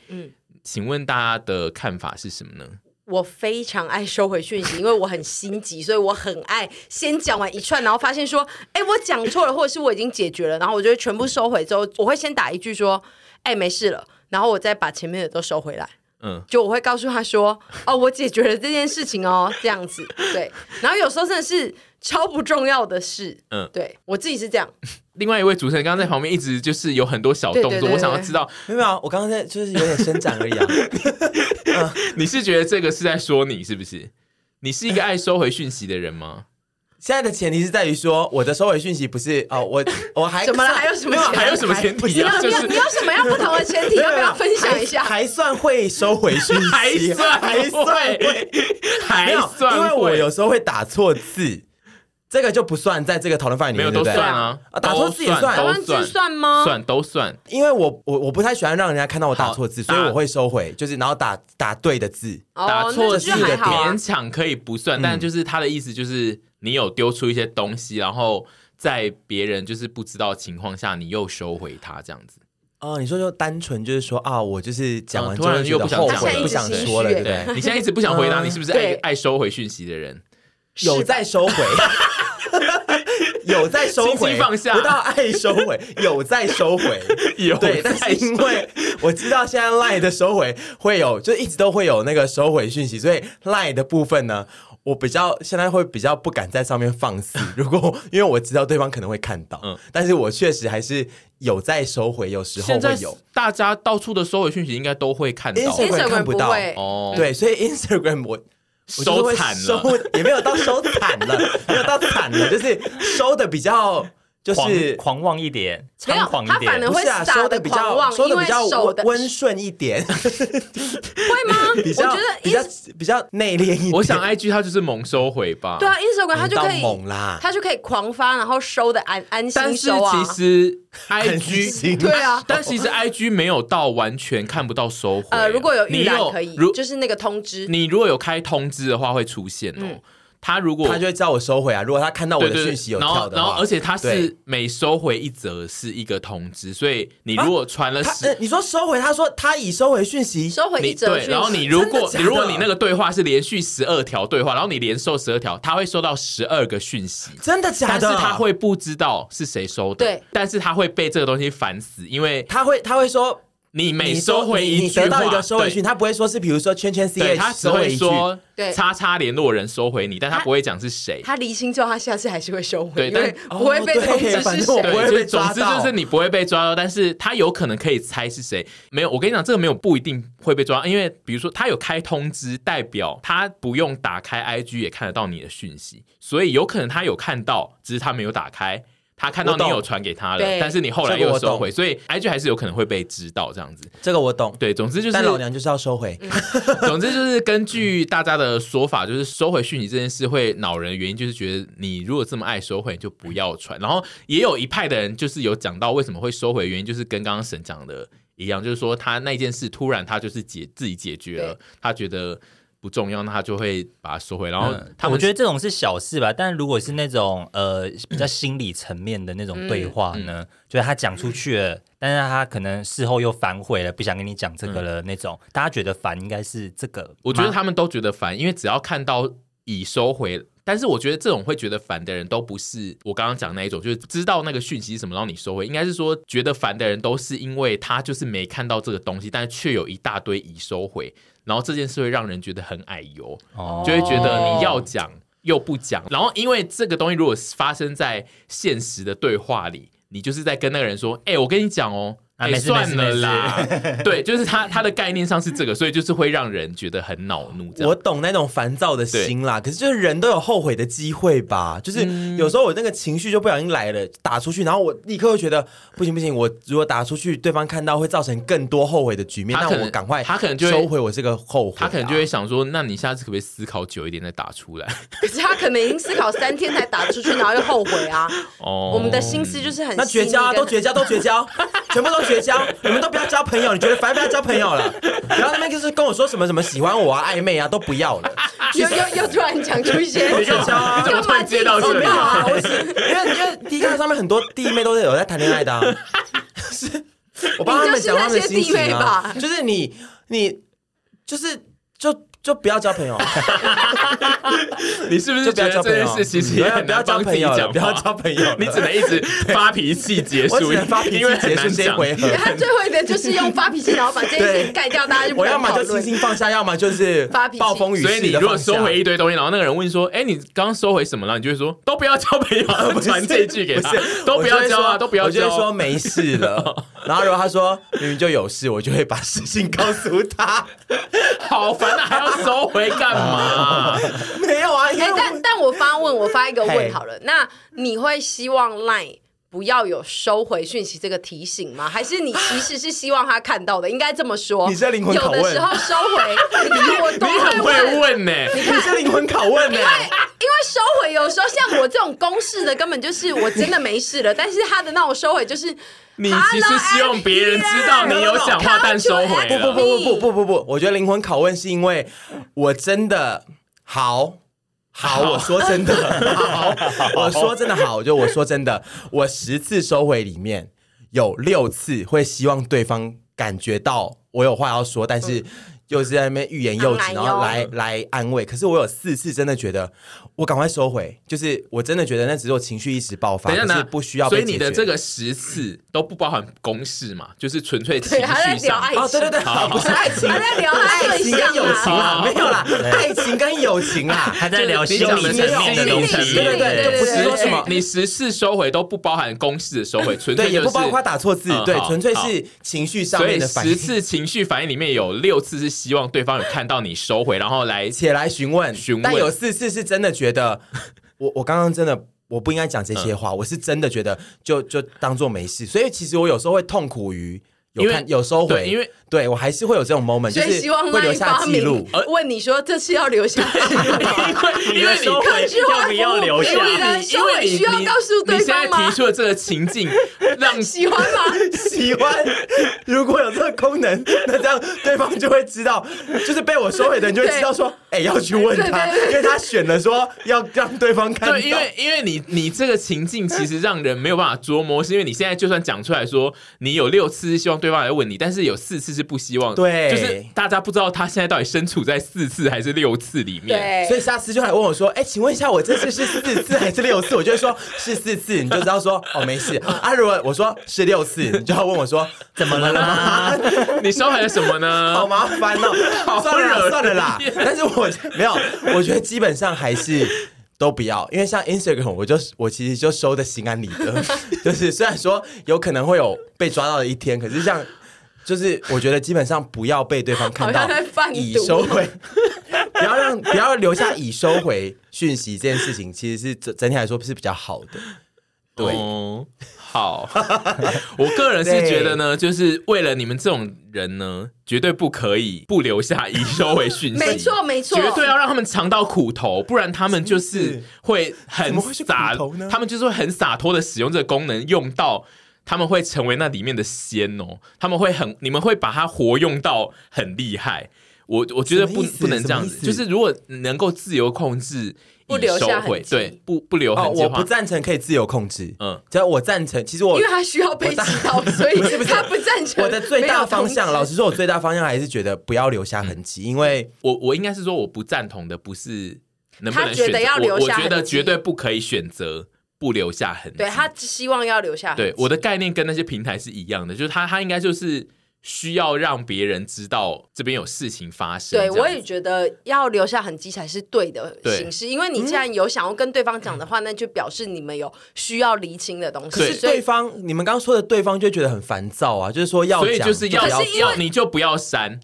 请问大家的看法是什么呢？
我非常爱收回讯息，因为我很心急，所以我很爱先讲完一串，然后发现说，哎、我讲错了，或者是我已经解决了，然后我就会全部收回。之后我会先打一句说，哎、没事了，然后我再把前面的都收回来。
嗯，
就我会告诉他说，哦，我解决了这件事情哦，这样子。对，然后有时候真的是超不重要的事，
嗯
嗯，对我自己是这样，
另外一位主持人刚刚在旁边一直就是有很多小动作，
对对对
我想要知道
没有没啊有，我刚刚在就是有点伸展而已啊。
你是觉得这个是在说你是不是？你是一个爱收回讯息的人 吗？
现在的前提是在于说，我的收尾讯息不是哦，我我还
怎么了？还有什么
没有
前提？
还有什么前提啊？
你
就
有
是啊哎
你有什么样不同的前提？要不要分享一下？
还还算会收回讯 息，
还算
还算
会
会，没
还
有
算
因为我
会
有时候会打错字，这个就不算在这个讨论范围里
没有
面，对
都
不对？
算啊
啊，打错字也
都
算
都
打算
算
字算吗
算都算。
哦
因为我我我不太喜欢让人家看到我打错字，
好
所以我会收回，就是然后打打对的字。
哦
打错
那
字
就
那就
还
的
好啊
勉强可以不
嗯
算，但就是他的意思就是你有丢出一些东西，然后在别人就是不知道的情况下，你又收回他这样子。
哦，你说就单纯就是说啊，我就是讲完
嗯
之后
突然
就
又
觉得
不想
后
讲
悔，
了
不想说了，
现
对不
在一直心虚
对
耶？
你现在一直不想回答，
嗯
你是不是爱
对
爱收回讯息的人？
有在收回，有在收
轻
回，
轻放下
不到爱收回，有在收回，
有
对，但是因为我知道现在 Line 的收回会有，就一直都会有那个收回讯息，所以 Line 的部分呢，我比较现在会比较不敢在上面放肆。如果因为我知道对方可能会看到，
嗯
但是我确实还是有在收回，有时候
现在
会有。
大家到处的收回讯息，应该都会看到
Instagram 看不到
会，
哦。，
对，所 以 Instagram 我我就是
收
会
惨了，
收也没有到收惨 了，没有到惨了，就是收的比较就是
狂狂妄一点，
没有
猖狂一
他
点
反而。
不是啊，
会撒得
收的比
狂
较
妄
收的比较
因为手的
温温顺一 点，
会吗？
比
我
较
觉得
比
ins
较比较内敛一点。
我想 IG 它就是猛收回吧。
对啊，Instagram 它就可
你
以
到猛啦
它就可以狂发，然后收的安安
但
心
是
收啊。
其实
安心
IG
对啊，
但其实 IG 没有到完全看不到收回。
呃，如果有
你
预览可以
如，
就是那个通知。
你如果有开通知的话，会出现哦。他如果
嗯他就会叫我收回啊。如果他看到我
对
的
对对
讯息有
然
跳
后
的
然后
话，
而且他
对
是每收回一则是一个通知，所以你如果传了
他
十
呃，你说收回，他说他已收回讯息，
收回
你
一则
对，
讯息，
然后你如
真
果
的假的
如果你那个对话是连续十二条对话，然后你连收十二条，他会收到十二个讯息，
真的假
但是
的？
他会不知道是谁收的，
对，
但是他会被这个东西烦死，因为
他会他会说
你每收回一
你
句
得
话，
到一个收回
对
讯，他不会说是比如说圈圈 C
对
H
他只
收回
会
一句，
说
对
叉叉联络人收回你，但他
他
不会讲是谁。
他厘清之后，他下次还是会收回，
对
因
但
为 不会被
哦对
通知
反
是
正我
谁
不。会
对，就
被
是总
抓
之
到
就是你不会被抓到，但是他有可能可以猜是谁。没有，我跟你讲，这个没有不一定会被抓，因为比如说他有开通知，代表他不用打开 IG 也看得到你的讯息，所以有可能他有看到，只是他没有打开。他看到
我懂
你有传给他了，
对
但是你后来
这个
又
我懂
收回，所以 IG 还是有可能会被知道这样子。
这个我懂，
对，总之就是嗯
但老娘就是要收回。
总之就是根据大家的说法，就是收回讯息这件事会恼人，原因就是觉得你如果这么爱收回，你就不要传。然后也有一派的人就是有讲到为什么会收回，原因就是跟刚刚沈讲的一样，就是说他那件事突然他就是解自己解决了
对，
他觉得不重要，那他就会把它收回。然后他
嗯我
们
觉得这种是小事吧，但如果是那种呃比较心理层面的那种对话呢，
嗯
就是他讲出去了，但是他可能事后又反悔了，不想跟你讲这个了、那种，大家觉得烦应该是这个吗，
嗯我觉得他们都觉得烦，因为只要看到已收回，但是我觉得这种会觉得烦的人都不是我刚刚讲那一种，就是知道那个讯息是什么，然后你收回，应该是说觉得烦的人都是因为他就是没看到这个东西，但是却有一大堆已收回，然后这件事会让人觉得很矮油，
哦
就会觉得你要讲又不讲，然后因为这个东西如果发生在现实的对话里，你就是在跟那个人说，哎、我跟你讲哦。
啊
哎、
没事
算
没
了
事
啦，啊对，就是他他的概念上是这个，所以就是会让人觉得很恼怒。这样
我懂那种烦躁的心啦，可是就是人都有后悔的机会吧。
嗯
就是有时候我那个情绪就不小心来了，打出去，然后我立刻会觉得不行不行，我如果打出去，对方看到会造成更多后悔的局面，
他
那
可能
我赶快
他可能就会
收回我这个后悔啊、
他可能就会想说，那你下次可不可以思考久一点再打出来？
可是他可能已经思考三天才打出去，然后又后悔啊。
哦
我们的心思就是很
那绝交啊，
细腻
都
跟
绝交，都绝交，全部都绝交，你们都不要交朋友，你觉得反正不要交朋友了，然后那边就是跟我说什么什么喜欢我啊暧昧啊都不要了，
又又又突然讲出一些，
绝交啊。
怎么突然接到这
干嘛自己知
里
道 啊？我
因为因为 D 站上面很多弟妹都是有在谈恋爱的、 啊，是我帮他们讲他们的心情啊，
你
就是你你就是就就不要交朋 友，
你是不
就是不
觉
要交
得这
朋友
件，事其实也
嗯
很
不要
难
交
帮自
朋
己
友了，
讲
不要
话
交朋友了，
你只能一直发脾气结
我
束，
只能发脾气
因为很
结束
难
这一
讲。
回合。
他最会的就是用发脾气，然后把这件事情
对
盖掉，大家就不
我要
敢
么
讨
就轻
论。
轻放下，要么就是
发脾气
暴风雨
所以你
式的
如果
放
收
下。
回一堆东西，然后那个人问说：“哎，你刚刚收回什么了？”然后你就会说：“都不要交朋友。” 然后
不是
传这一句给他
不是，
都不要交啊，都不要
我就
交
会说
啊。
没事 了，然后如果他说明明就有事，我就会把事情告诉他。
好烦啊，还要收回干 嘛？
没有啊，因
哎
为，
但但我发问，我发一个
嘿
问好了，那你会希望 Line 不要有收回讯息这个提醒吗？还是你其实是希望他看到的？应该这么说，
你是在灵魂
有
拷
的
问
时候收回，你看我
你
多
很会
问。
问呢。
你是灵魂拷问呢、欸
因为收回有时候像我这种公式的，根本就是我真的没事了。但是他的那种收回就是，
你其实希望别人知道你有讲话，但收回
不
了。
不不不不不不，我觉得灵魂拷问是因为我真的好。好，我说真的 好，我说真的好，就我说真的，我十次收回里面有六次会希望对方感觉到我有话要说，但是又是在那边欲言又止，
安
然
来
后
哟
来来安慰。可是我有四次真的觉得我赶快收回，就是我真的觉得那只是我情绪一时爆发，
等一下
可
呢，
是不需要
所
被
以
解决。
你的这个十次都不包含公式嘛，就是纯粹情
对，他在
绪
聊
上
爱。情，
哦，对对对，
好
不是爱情，
他在聊他
爱
对
情
象
跟友情
啊。
啊，没有啦，爱情跟友情啊啦。
他在聊
就是
心
你讲
理
的是
层面的
心理
东
层
西，
面
对对对就不是说什么
你十次收回都不包含公式的收回，纯粹
对，
就
也
是
不包括打错字
嗯，
对，
好
纯粹是情绪上
所以
面的反
十
应。
次情绪反应里面有六次是希望对方有看到你收回，然后来
且来询问，
询问
但有四次是真的觉得，我我刚刚真的我不应该讲这些
嗯
话，我是真的觉得就就当做没事。所以其实我有时候会痛苦于有
因为
看有收回，
对因为
对我还是会有这种 moment，就
所以
是
希望
会留
Line
下
发
记
明
录。
问你说这次要留下记录吗？
因为你
收回
客制化
要不要留下
服务给你的
因
收
为
尾
你
需要
你
告诉对
你现在
方吗
提？出的这个 情境，让
喜欢吗？
喜欢，如果有这个功 能，那这样对方就会知道，就是被我收回的人就会知道说，哎、要去问他，
对对对
因为他选了说要让对方看到。
对，因为因为你你这个情境其实让人没有办法捉摸，是因为你现在就算讲出来说你有六次希望对方来问你，但是有四次是不希望，
对
就是大家不知道他现在到底身处在四次还是六次里 面。
所以
对，
下次就来问我说：“哎、请问一下，我这次是四次还是六次？”我就会说是四次，你就知道说哦没事啊。如果我说是六次，你就要问我说
怎么了 啦？
你收回了什么
好
呢？
麻烦哦，算了啦算了 啦。但是我没有，我觉得基本上还是。都不要，因为像 Instagram，我就我其实就收的心安理 得，就是虽然说有可能会有被抓到的一天，可是像就是我觉得基本上不要被对方看到
好像在贩毒
已收回， 不要让不要留下已收回讯息这件事情，其实是整整体来说是比较好的。对
哦 好，我个人是觉得呢，就是为了你们这种人呢，绝对不可以不留下已收回讯息。
没错没错，
绝对要让他们尝到苦头，不然他们就是会
怎
很
么会是苦
洒
头呢，
他们就是会很洒脱的使用这个功能，用到他们会成为那里面的仙哦，他们会很，你们会把它活用到很厉害。我我觉得
什
不
么意思
不能这样
什
子，
么意思
就是如果能够自由控制
不
已
留
收
下
回，
痕迹
对，不不留
哦，
痕迹
我
的
不
话，
赞成可以自由控制，
嗯，
只要我赞成，其实我
因为他需要被洗到，所以
不是
他不赞成。
我的最大方
没
向，
有
老
通知嗯
实说，我最大方向还是觉得不要留下痕迹，因为
我我应该是说我不赞同的，不是能不
他
能
觉
选
得
择，
要留
我我
下
觉得
痕迹
绝对不可以选择不留下痕迹，
对他希望要留下痕迹，
对，我的概念跟那些平台是一样的，就是他他应该就是需要让别人知道这边有事情发生。
对，
这样
我也觉得要留下痕迹才是对的
对
形式，因为你既然有想要跟对方讲的话，那就表示你们有需要厘清的东西。
对
是
所
对
以
方，你们刚刚说的对方就觉得很烦躁啊，就是说要
所以
讲
就是要
不
要
可是因为
你就不要删，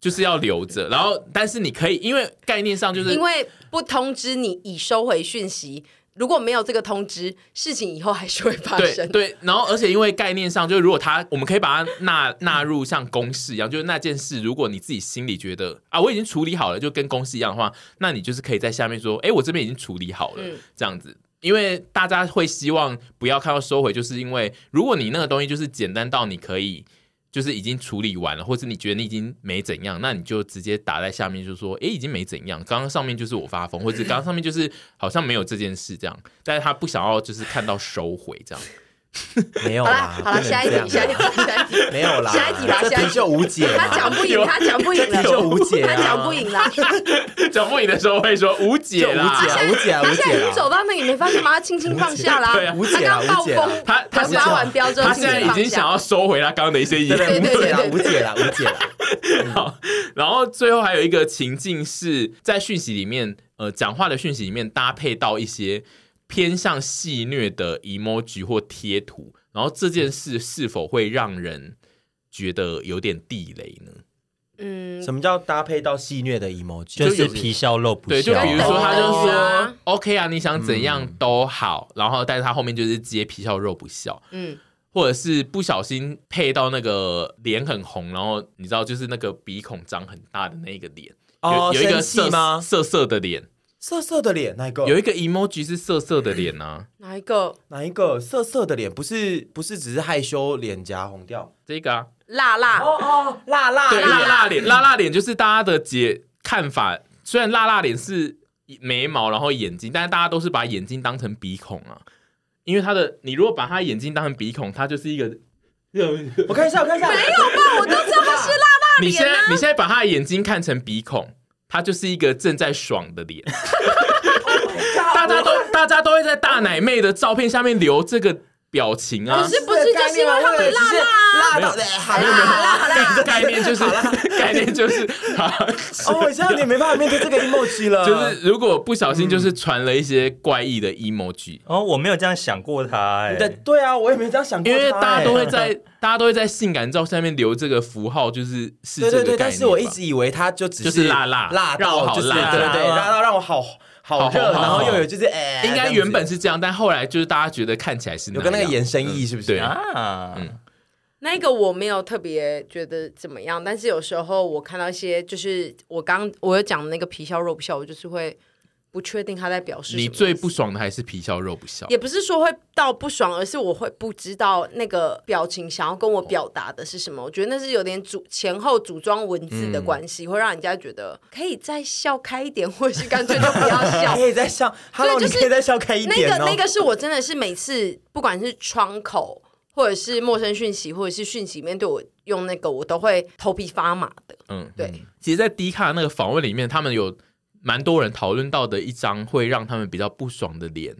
就是要留着。然后，但是你可以，因为概念上就是
因为不通知你已收回讯息，如果没有这个通知，事情以后还是会发
对
生。
对，然后而且因为概念上，就是如果他，我们可以把它纳纳入像公式一样，就是那件事，如果你自己心里觉得啊，我已经处理好了，就跟公式一样的话，那你就是可以在下面说，哎，我这边已经处理好了，
嗯
这样子。因为大家会希望不要看到收回，就是因为如果你那个东西就是简单到你可以就是已经处理完了，或者你觉得你已经没怎样，那你就直接打在下面就说，诶，已经没怎样。刚刚上面就是我发疯，或者刚刚上面就是好像没有这件事这样，但是他不想要就是看到收回这样。
没有
好
啦
啦，好啦，
不能
下一
这样
题，
啊
下一题，下一题。
没有啦，
下一题啦
这
下一
题
题
就无 解嘛，
他讲不赢，他讲不赢了，
这就无解啊
他讲不 赢了。
讲不赢的时候会说无
就
解
无
啦。
解啊，无解啊，
他
无
现在已经
解
走
啊。
到那里，没发现吗？他轻轻放下啦
对啊，
无
他
解啊
刚暴
无解啊
风，
他他现在
发完飙之后，
他现在已经想要收回他刚刚的一些言
对对，
对
无
对
解啦，
对
无解啦，无解啦。
好， 然后最后还有一个情境是在讯息里面，呃，讲话的讯息里面搭配到一些偏向戏虐的 emoji 或贴图，然后这件事是否会让人觉得有点地雷呢？
嗯，
什么叫搭配到戏虐的 emoji？
就是皮笑肉不
对，就
笑啊。
比如说他就
对
说
啊
OK 啊，你想怎样都好，然后但是他后面就是接皮笑肉不笑，
嗯，
或者是不小心配到那个脸很红，然后你知道就是那个鼻孔张很大的那个脸，
哦
有有一
生
个
气
色
吗哦
色色的脸，
色色的脸，哪一个？
有一个 emoji 是色色的脸啊，
哪一个
哪一个色色的脸？不是不是，只是害羞脸颊红掉。
这个啊，
辣辣？
哦，辣辣
对，辣辣脸，辣辣脸就是大家的解看法，虽然辣辣脸是眉毛然后眼睛，但是大家都是把眼睛当成鼻孔啊，因为他的你如果把他眼睛当成鼻孔，他就是 一个。
我看一下，我看一下，没有吧？我都知道是辣。
你现在你现在把他的眼睛看成鼻孔，他就是一个正在爽的脸。大家都大家都会在大奶妹的照片下面留这个表情啊
不。是不是，就是因为他们辣
辣辣，辣到的，好
辣
辣。
辣辣辣，
概念就是 概念就是，好
哦，我知道你没办法面对这个 emoji 了，
就是如果不小心就是传了一些怪异的 emoji，
嗯
哦，我没有这样想过他，哎
你，的对啊，我也没这样想过
因
它，
为大家都会
哎
在大家都会在性感照下面留这个符号，就是是
对
这
对对，
个概念吧。
但是我一直以为它就只
就是辣辣
辣
让
到
我好
就是
辣
对对对，
辣
辣到让我好好热，
好好
然后又有就是哎，
应
这
该
样
原本
子
是这样，但后来就是大家觉得看起来是
有跟那个
样
延伸意是不是？
嗯对
啊，
嗯
那个我没有特别觉得怎么样，但是有时候我看到一些，就是我刚我有讲的那个皮笑肉不笑，我就是会不确定他在表示什么
你
意思
最不爽的还是皮笑肉不笑。
也不是说会到不爽，而是我会不知道那个表情想要跟我表达的是什么。我觉得那是有点组前后组装文字的关系，会让人家觉得可以再笑开一点，或者是干脆就不要笑
你。可以再笑，Hello，你
就是
可以再笑开一
那
点
个
哦。
那个是我真的是每次不管是窗口或者是陌生讯息或者是讯息里面对我用那个，我都会头皮发麻的。
嗯，
对，
其实，在 D 卡那个访问里面，他们有蛮多人讨论到的一张会让他们比较不爽的脸，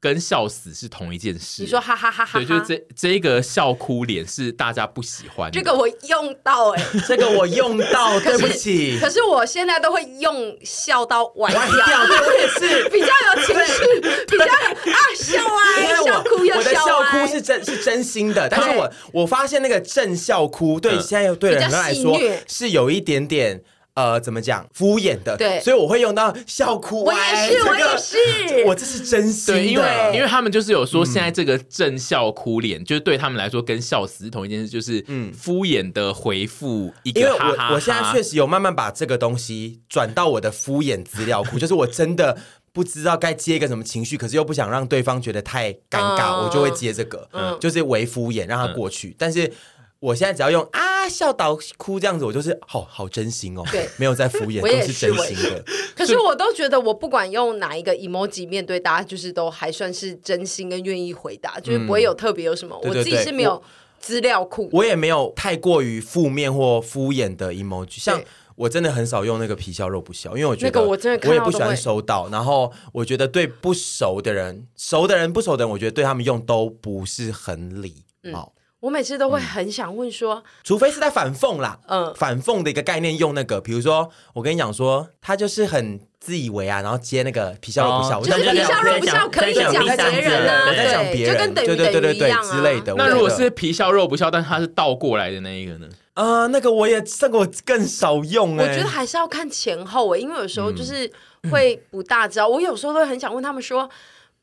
跟笑死是同一件事。
你说哈哈哈哈哈，
对，就是这这一个笑哭脸是大家不喜欢的。
这个我用到 哎、
这个我用到，对不起，
可是我现在都会用笑到歪
歪
掉，
掉，对我也是。
比较有情绪，比较有啊笑
因为
歪，
我
笑啊哭又
我的笑哭
歪，
是真是真心的，但是
对
我我发现那个正笑哭对
嗯
现在对
比较
人来
戏
说
谑
是有一点点呃怎么讲敷衍的，
对
所以我会用到笑哭。
我
哎
也是，
这
我
个
也是，
我这是真心的，
对，因为因为他们就是有说，现在这个正笑哭脸，就是对他们来说跟笑死是同一件事，就是敷衍的回复一
因为
个
我
哈哈哈
我现在确实有慢慢把这个东西转到我的敷衍资料 库，就是我真的不知道该接个什么情绪，可是又不想让对方觉得太尴尬，
嗯
我就会接这个，
嗯
就是为敷衍让他过去。
嗯
但是我现在只要用啊笑到哭这样子，我就是好好真心哦，
对
没有在敷衍，
我也
都是
是
真
我也
心的。
可是我都觉得，我不管用哪一个 emoji 面对大家，就是都还算是真心跟愿意回答，就是不会有特别有什么。
对
我
对
自己
对
是没有资料库，
我也没有太过于负面或敷衍的 emoji，像
对。
我真的很少用那个皮笑肉不笑，因为我觉
那
得
个我真的看
我也
到
不
都
喜欢
会
收到。然后我觉得对不熟的人、熟的人、不熟的人，我觉得对他们用都不是很礼貌，
我每次都会很想问说，
除非是在反讽啦。
嗯
反讽的一个概念用那个，比如说我跟你讲说，他就是很自以为啊，然后接那个皮笑肉不笑，
哦
我
就
在
是
讲
皮笑肉不笑
在讲
可以讲
我在讲
别人
我
啊，
在讲
对，
别
就
人，
跟等于
对对对
等
对
于一
对
样啊
之类的。
那
我
如果
觉得
是皮笑肉不笑，但是它是倒过来的那一个呢？
呃，那个我也这个我更少用哎、
我觉得还是要看前后欸诶、因为有时候
嗯
就是会不大知道。我有时候都很想问他们说，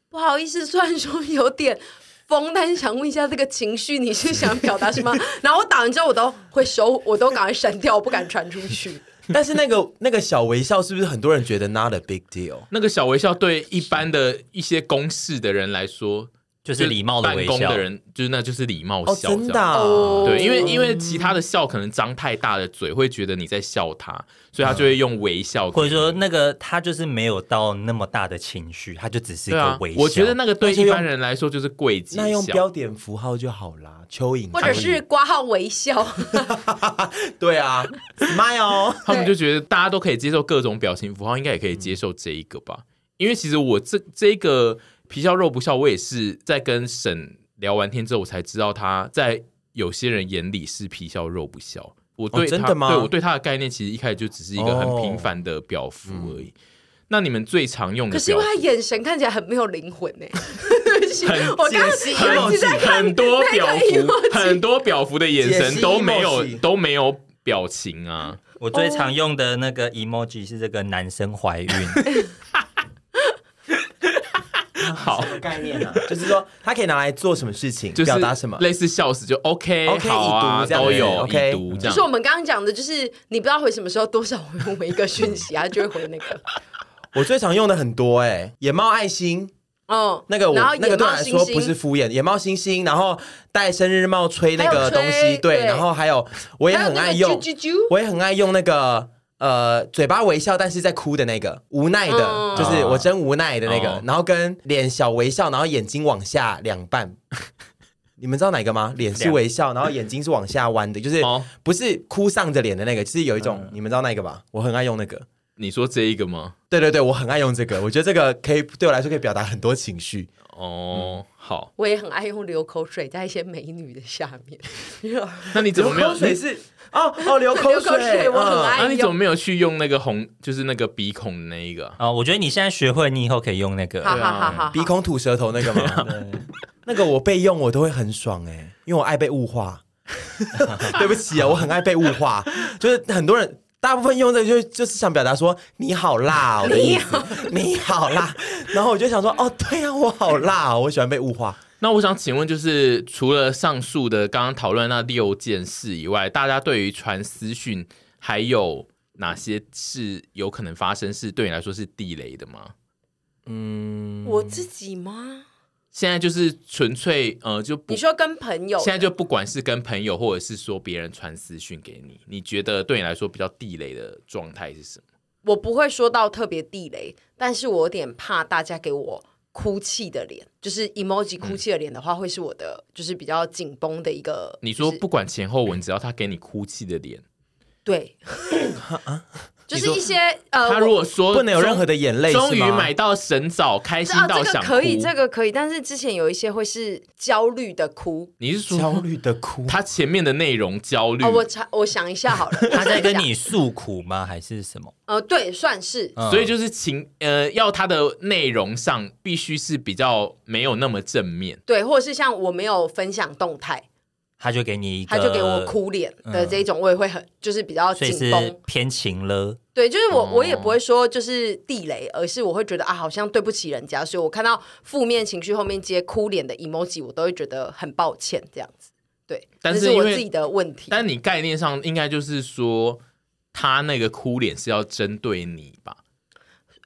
不好意思，虽然说有点疯，但是想问一下这个情绪你是想表达什么？ 然后我打完之后，我都会收，我都赶快删掉，我不敢传出 去。
但是那个那个小微笑是不是很多人觉得 not a big deal？
那个小微笑对一般的一些公事的人来说，
就是礼貌的
办
微
公
笑。
的人，就是那就是礼貌
哦，
笑，
真的、啊、
哦
对，因为因为其他的笑可能张太大的嘴会觉得你在笑他，所以他就会用微笑给你，
嗯或者说，那个他就是没有到那么大的情绪，他就只是一
对
个
啊
微笑。，
我觉得那个对
那就
一
用
般人来说就是贵姐
那用
笑
标点符号就好啦，蚯蚓
或者
蚯蚓
是 挂号微笑，
对啊，smile。
他们就觉得大家都可以接受各种表情符号，应该也可以接受这一个吧。因为其实我这这个皮笑肉不笑，我也是在跟沈聊完天之后，我才知道他在有些人眼里是皮笑肉不笑。我对
哦真
他、
的吗
对我对他的概念，其实一开始就只是一个很平凡的表符
哦
而已。那你们最常用的
可是
表符，
因为他眼神看起来很没有灵魂 呢、对不起，我刚刚
解析
一直在看
很多表
那
符
个 emoji
很多表符的眼
解
神
析
都没有
emoji
都没有表情啊。
我最常用的那个 emoji 是这个男生怀孕，
好，
什么概念啊？就是说，它可以拿来做什么事情，
就是
表达什么？
类似笑死就 OK
OK，
好啊，
已读这样子
都有
OK 嗯
已读这
就
样
是。我们刚刚讲的，就是你不知道回什么时候多少回我们一个讯息啊，就会回那个，
我最常用的很多哎、野猫爱心
嗯，
那个我
然后
那个
眼
对我
冒
来
星
说
星
不是敷衍，野猫星星，然后戴生日帽吹那
还有
个
吹
东西，对，
对
然后还有我也
还有
很
那个
爱用
啾啾啾，
我也很爱用那个。呃，嘴巴微笑，但是在哭的那个，无奈的，
嗯
就是我真无奈的那个，
啊哦
然后跟脸小微笑，然后眼睛往下两半， 你们知道哪个吗？脸是
两
微笑，然后眼睛是往下弯的，就是
哦嗯
不是哭丧着脸的那个，就是有一种，你们知道那个吧？我很爱用那个，
你说这一个吗？
对对对，我很爱用这个，我觉得这个可以对我来说可以表达很多情绪。
哦，
嗯
好，
我也很爱用流口水在一些美女的下 面，
啊
那你怎么没有？
流口水
你
是哦哦，流口嗯
流口水我很爱
那你怎么没有去用那个红，就是那个鼻孔的那一个啊？
啊、我觉得你现在学会，你以后可以用那
哈
个。
哈哈哈！
鼻孔吐舌头那个 吗？那个我被用我都会很爽哎、因为我爱被物 化。对不起啊，我很爱被物化，就是很多人。大部分用这个就就是想表达说你好辣哦我的意思，你好辣。然后我就想说，哦，对啊，我好辣、哦，我喜欢被物化。
那我想请问，就是除了上述的刚刚讨论那六件事以外，大家对于传私讯还有哪些是有可能发生，是对你来说是地雷的吗？
嗯
我自己吗？
现在就是纯粹呃，就不
你说跟朋友
现在就不管是跟朋友，或者是说别人传私讯给你，你觉得对你来说比较地雷的状态是什么？
我不会说到特别地雷，但是我有点怕大家给我哭泣的脸，就是 emoji 哭泣的脸的
嗯
话，会是我的就是比较紧绷的一个。
你说
就是
不管前后文，只要他给你哭泣的脸，
对，
啊
就是一些呃，
他
我
如果说
不能有任何
的
的眼泪，
终
是
于
吗
买到神枣，开心
啊，
到
这个
想哭，
可以，这个可以，但是之前有一些会是焦虑的哭。
你是
焦
说
虑的哭，
他前面的内容焦虑
哦，，我查，我想一下好了。
他在
我想
跟
一下
你诉苦吗？还是什么？
呃，对，算是
嗯
所以就是情呃，要他的内容上必须是比较没有那么正面。
对，或者是像我没有分享动态，
他就给你一个，
他就给我，哭脸的这一种，我也会很就是比较
所以
紧
是
绷。
偏情了。
对，就是我
哦
我也不会说就是地雷，而是我会觉得啊，好像对不起人家，所以我看到负面情绪后面接哭脸的 emoji，我都会觉得很抱歉这样子。对，
但
这
是
是我
因为
自己的问题。
但你概念上应该就是说，他那个哭脸是要针对你吧？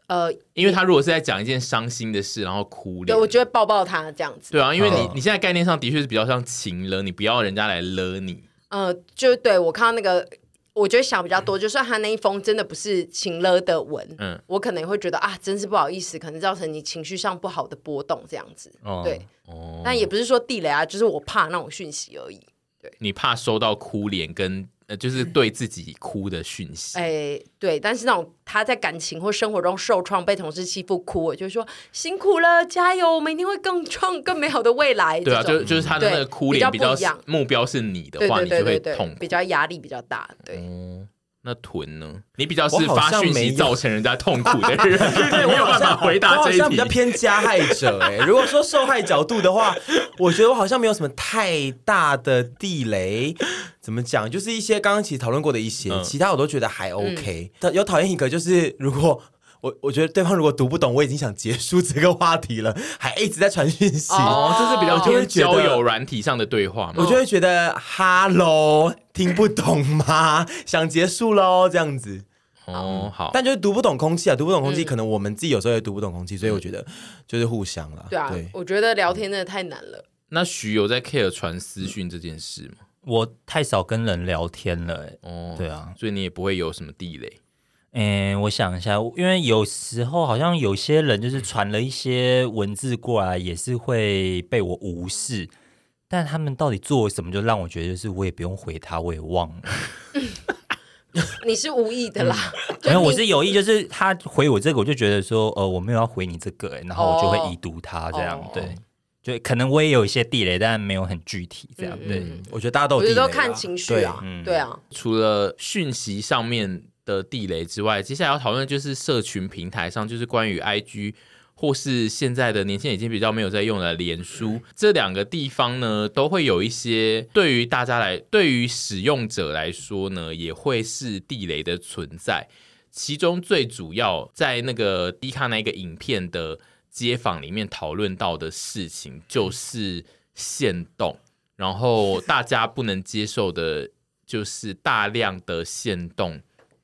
呃，
因为他如果是在讲一件伤心的事，然后哭
对
脸，
我就会抱抱他这样子。
对啊，因为你、
嗯
你现在概念上的确是比较像情了，你不要人家来勒你。
呃，就对我看到那个，我觉得想比较多，就算他那一封真的不是情了的文，
嗯，
我可能会觉得啊，真是不好意思，可能造成你情绪上不好的波动这样子。
哦
对，
哦，
但也不是说地雷啊，就是我怕那种讯息而已。
你怕收到哭脸跟呃，就是对自己哭的讯息。
哎，对，但是那种他在感情或生活中受创、被同事欺负、哭，我就说辛苦了，加油，我们一定会更创更美好的未来。
对啊，
这种
就就是他的那个
对
哭脸
比
比
较
较
不一样
目标是你的
对
话，
对
你
对
就会
对
痛
对，
苦
比。较压力比较大。对，
哦，那臀呢？你比较是
我好
发
像
讯
没
息
有
造成人家痛苦的 人， 你没有办法回答
我好
这一
像比较
题。
偏加害者哎、如果说受害角度的 话，我觉得我好像没有什么太大的地雷。怎么讲？就是一些刚刚其实讨论过的一些，
嗯
其他我都觉得还 OK。但有讨厌一个，就是如果。 我我觉得对方如果读不懂，我已经想结束这个话题了， 还一直在传讯息，
哦，这是比较
哦
偏
就会
交
觉得
友软体上的对
我
话
嗯
嘛？哦
就会觉得哈喽，听不懂吗？想结束喽，这样子。
哦，好，
嗯但就是读不懂空气啊，读不懂空气，
嗯
可能我们自己有时候也读不懂空气，所以我觉得就是互相啦。
对啊，我觉得聊天真的太难了。
那徐有在 care 传私讯这件事吗？
我太少跟人聊天了、欸。
哦，
对，啊，
所以你也不会有什么地雷。
嗯，我想一下，因为有时候好像有些人就是传了一些文字过来，也是会被我无视。但他们到底做了什么，就让我觉得就是我也不用回他，我也忘了。
你是无意的啦，
嗯
就
没有，
你
我是有意，就是他回我这个，我就觉得说，呃，我没有要回你这个、欸，然后我就会已读他这样，
哦
对，就可能我也有一些地雷，但没有很具体这样，
嗯
对，
嗯
我觉得大家都有
我
地雷
觉得
啊
都看情绪
对
啊，
嗯
对啊，
除了讯息上面的地雷之外，接下来要讨论就是社群平台上，就是关于 IG 或是现在的年轻人已经比较没有在用的脸书这两个地方呢，都会有一些对于大家来，对于使用者来说呢，也会是地雷的存在。其中最主要在那个迪卡那个影片的街访里面讨论到的事情，就是限动，然后大家不能接受的就是大量的限动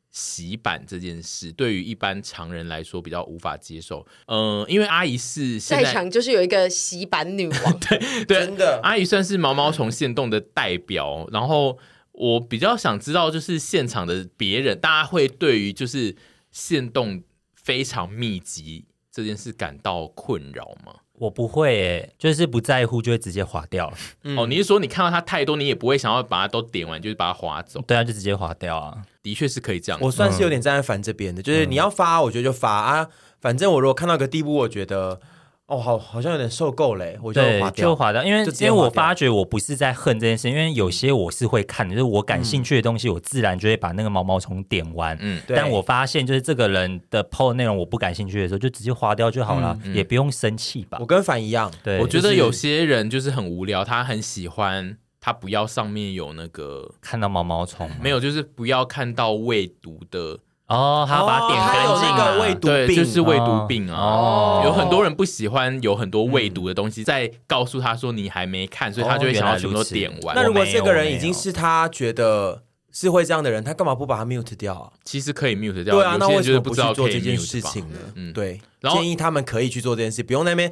洗版这件事，对于一般常人来说比较无法接受。嗯、因为阿姨是现
在
在
场就是有一个洗版女王，
对
真的
阿姨算是毛毛虫限动的代表，然后我比较想知道，就是现场的别人，大家会对于就是限动非常密集这件事感到困扰吗？
我不会、欸，就是不在乎就会直接划掉了，
嗯
哦，你是说你看到它太多，你也不会想要把它都点完，就是把它划走？
对啊，就直接划掉啊，
的确是可以这样。
我算
嗯
是有点站在凡这边的，就是你要发，我觉得就发啊。反正我如果看到一个地步，我觉得哦，好好像有点受够嘞，我就
对
划，
就
掉。
划掉，因为
就直接
因为
划
我
掉
发觉我不是在恨这件事，因为有些我是会看的，就是我感兴趣的东西，我自然就会把那个毛毛虫点完。
嗯，
对
但我发现，就是这个人的 PO 内容我不感兴趣的时候，就直接划掉就好了，也不用生气吧
我。跟凡一样，
对，
我觉得有些人就是很无聊，他很喜欢，他不要上面有那个
看到毛毛虫
没有，就是不要看到未读的，
哦，他要把它点干
哦
净
还有那
啊
个未读
对，
病
就是未读病啊。
哦
有很多人不喜欢有很多未读的东西，在告诉他说你还没看，所以他就会想要全部都点完。
那如果
我没有
这个人已经是他觉得是会这样的人，他干嘛不把他 mute 掉啊？
其实可以 mute 掉，
对啊，那
有些
为什
人就是
么
不
不
知
去
道
做
可以
这件
mute
事
吧
情呢？
嗯
对，
然后
建议他们可以去做这件事，不用那边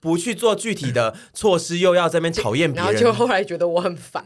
不去做具体的措施，又要在那边讨厌别
然后
人。
就后来觉得我很烦，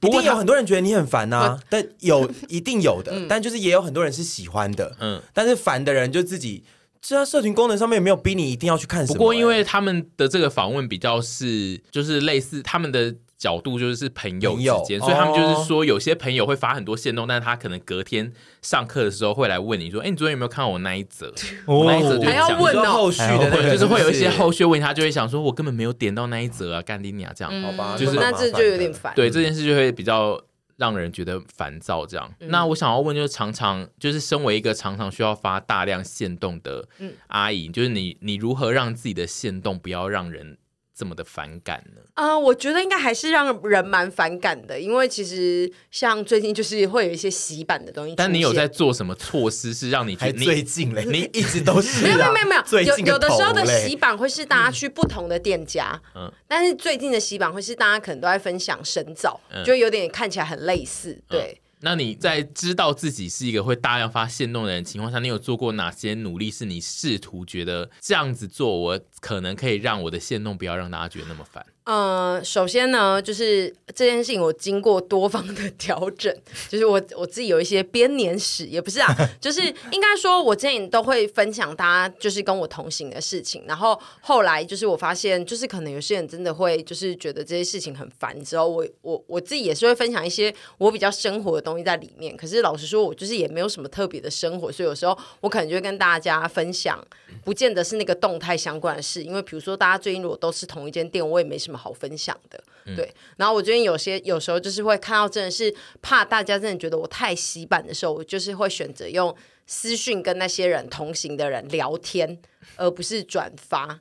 不过有很多人觉得你很烦呐、
嗯
但有一定有的，但就是也有很多人是喜欢的。
嗯
但是烦的人就自己这它社群功能上面也没有逼你一定要去看什
不
么、欸
过因为他们的这个访问比较是，就是类似他们的。角度就是朋友
朋友
之间，所以他们就是
哦
说，有些朋友会发很多线动，但是他可能隔天上课的时候会来问你说：“哎、你昨天有没有看我那一则？”
哦
那一则就
还要
讲
你
问
说
哦
后续的那
对，
个
哎就是会有一些
不
后续问题，他就会想说，我根本没有点到那一则啊，干你娘这样。
嗯
好吧，
就是
那
蛮麻
这
烦
就有
的
点烦。
对这件事就会比较让人觉得烦躁。这样，
嗯
那我想要问，就是常常就是身为一个常常需要发大量线动的
嗯
阿姨，就是你你如何让自己的线动不要让人这么的反感呢？
啊、我觉得应该还是让人蛮反感的，因为其实像最近就是会有一些洗版的东西，
但你有在。做什么措施是让你觉
还
得你
最近嘞，你一直都是
没有没
啊
有没有没有，
最
有
近个
有的时候
头
的
嘞
洗版会是大家去不同的店家，
嗯
但是最近的洗版会是大家可能都在分享深造，
嗯
就有点看起来很类似，对，
那你在知道自己是一个会大量发现动的人的情况下，你有做过哪些努力？是你试图觉得这样子做，我可能可以让我的现动不要让大家觉得那么烦。
呃，首先呢，就是这件事情我经过多方的 调整，就是我我自己有一些编年史，也不是啊，就是应该说，我之前都会分享大家就是跟我同行的事情，然后后来就是我发现，就是可能有些人真的会就是觉得这些事情很烦，之后我我我自己也是会分享一些我比较生活的东西在里面，可是老实说，我就是也没有什么特别的生活，所以有时候我可能就会跟大家分享。不见得是那个动态相关的事，因为比如说大家最近如果都是同一间店，我也没什么好分享的。对，然后我最近有些有时候就是会看到真的是怕大家真的觉得我太洗版的时候，我就是会选择用私讯跟那些人同行的人聊天，而不是转发。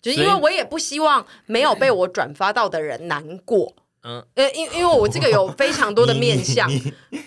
就是因为
所以
我也不希望没有被我转发到的人难过，
嗯
嗯，呃，因因为我这个有非常多的面向，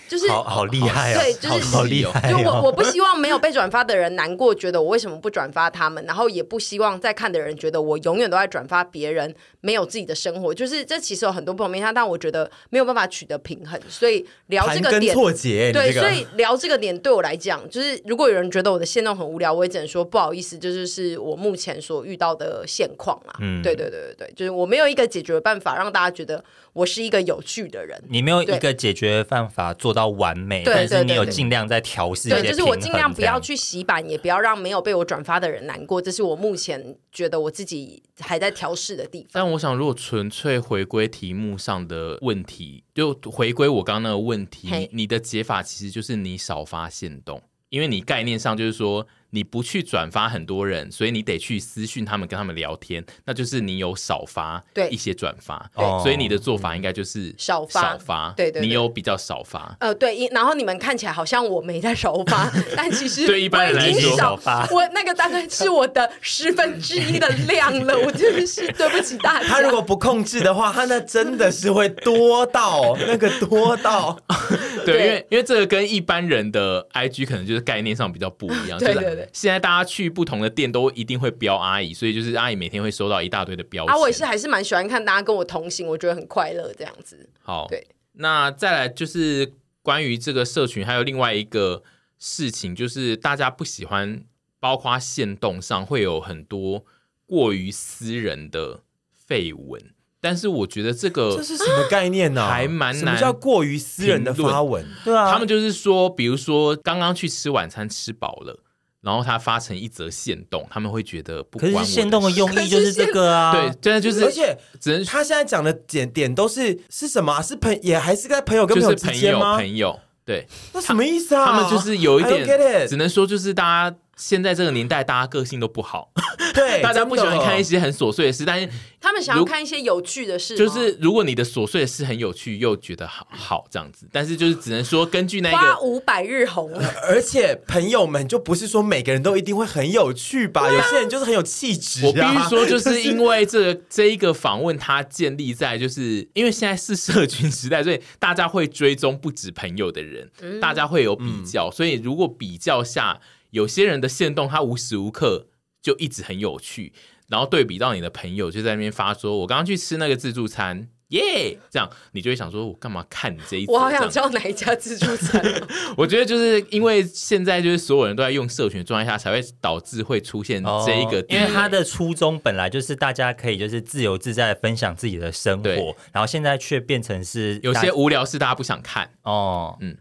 就是
好好厉害哦，
对就是
好好厉
哎
害
就我
哦。
我不希望没有被转发的人难过，觉得我为什么不转发他们，然后也不希望在看的人觉得我永远都在转发别人没有自己的生活，就是这其实有很多不同面向，但我觉得没有办法取得平衡，所以聊这
盘
个
根
点。
错节，你
对，
这
所
个
以聊这个点对我来讲，就是如果有人觉得我的现状很无聊，我也只能说不好意思，这就是我目前所遇到的现况啦。嗯，对对对对对，就是我没有一个解决办法让大家觉得我是一个有趣的人。
你没有一个解决办法做到完美，
对
但
对
是你
对
有
对
尽量在调试一些
对，就是我
平
尽
衡
量不
这样
要去洗版，也不要让没有被我转发的人难过，这是我目前觉得我自己还在调试的地方。
但我想，如果纯粹回归题目上的问题，就回归我刚刚那个问题，
嘿
你你的解法其实就是你少发现动，因为你概念上就是说你不去转发很多人，所以你得去私讯他们，跟他们聊天，那就是你有少发
对
一些转发，
对
所以你的做法应该就是
少发
少发，
对对对
你有比较少发。
呃，对，因然后你们看起来好像我没在首 发，但其实
对一般人
我已经
来说
首
少
发
我那个大概是我的十分之一的量了，我真的是对不起大 家。
他如果不控制的话，他那真的是会多到那个多到，
对，
对
因为因为这个跟一般人的 IG 可能就是概念上比较不一样，
对
就
对
是
对
现在大家去不同的店都一定会标阿姨，所以就是阿姨每天会收到一大堆的标签。
啊，我也是还是蛮喜欢看大家跟我同行，我觉得很快乐这样子。
好，
对，
那再来就是关于这个社群，还有另外一个事情，就是大家不喜欢，包括线动上会有很多过于私人的绯闻，但是我觉得这 个
这是什么概念呢、
还蛮难
什么叫过于私人的发文？
对啊，
他们就是说，比如说刚刚去吃晚餐吃饱了，然后他发成一则线动，他们会觉得不
可
关我
是
的
限动的
事
用意就是这个啊，
对，真的就是，
而且
只能
他现在讲的点点都是是什么啊、是朋也还是在朋友跟
就
朋
是
友之
朋
间
友
吗？
朋友对。
那什么意思啊？
他们就是有一
I don't
点，
get it
只能说就是大家现在这个年代，大家个性都不好，
哎对，
大家不喜欢看一
些
些很琐碎的事，但是
他们想要
如
看一些有趣的事吗，
就是如果你的琐碎的事很有趣，又觉得好好这样子，但是就是只能说根据那
花
个。
无百日红了。
而且朋友们就不是说每个人都一定会很有趣吧？有些人就是很有气质、啊。
啊我必须说，就是因为这个这一个访问，它建立在就是因为现在是社群时代，所以大家会追踪不止朋友的人，
嗯
大家会有比较，所以如果比较下，有些人的线动，他无时无刻就一直很有趣，然后对比到你的朋友就在那边发说，我刚刚去吃那个自助餐。耶这样你就会想说，我干嘛看你这一则？
我好
这
想
样
知道哪一家自助餐哦、
我觉得就是因为现在就是所有人都在用社群的状态下，才会导致会出现
哦
这一个地
因
雷、
为他的初衷本来就是大家可以就是自由自在地分享自己的生
对
活，然后现在却变成是
有
大
些无聊是大家不想看，
哦，
嗯
嗯。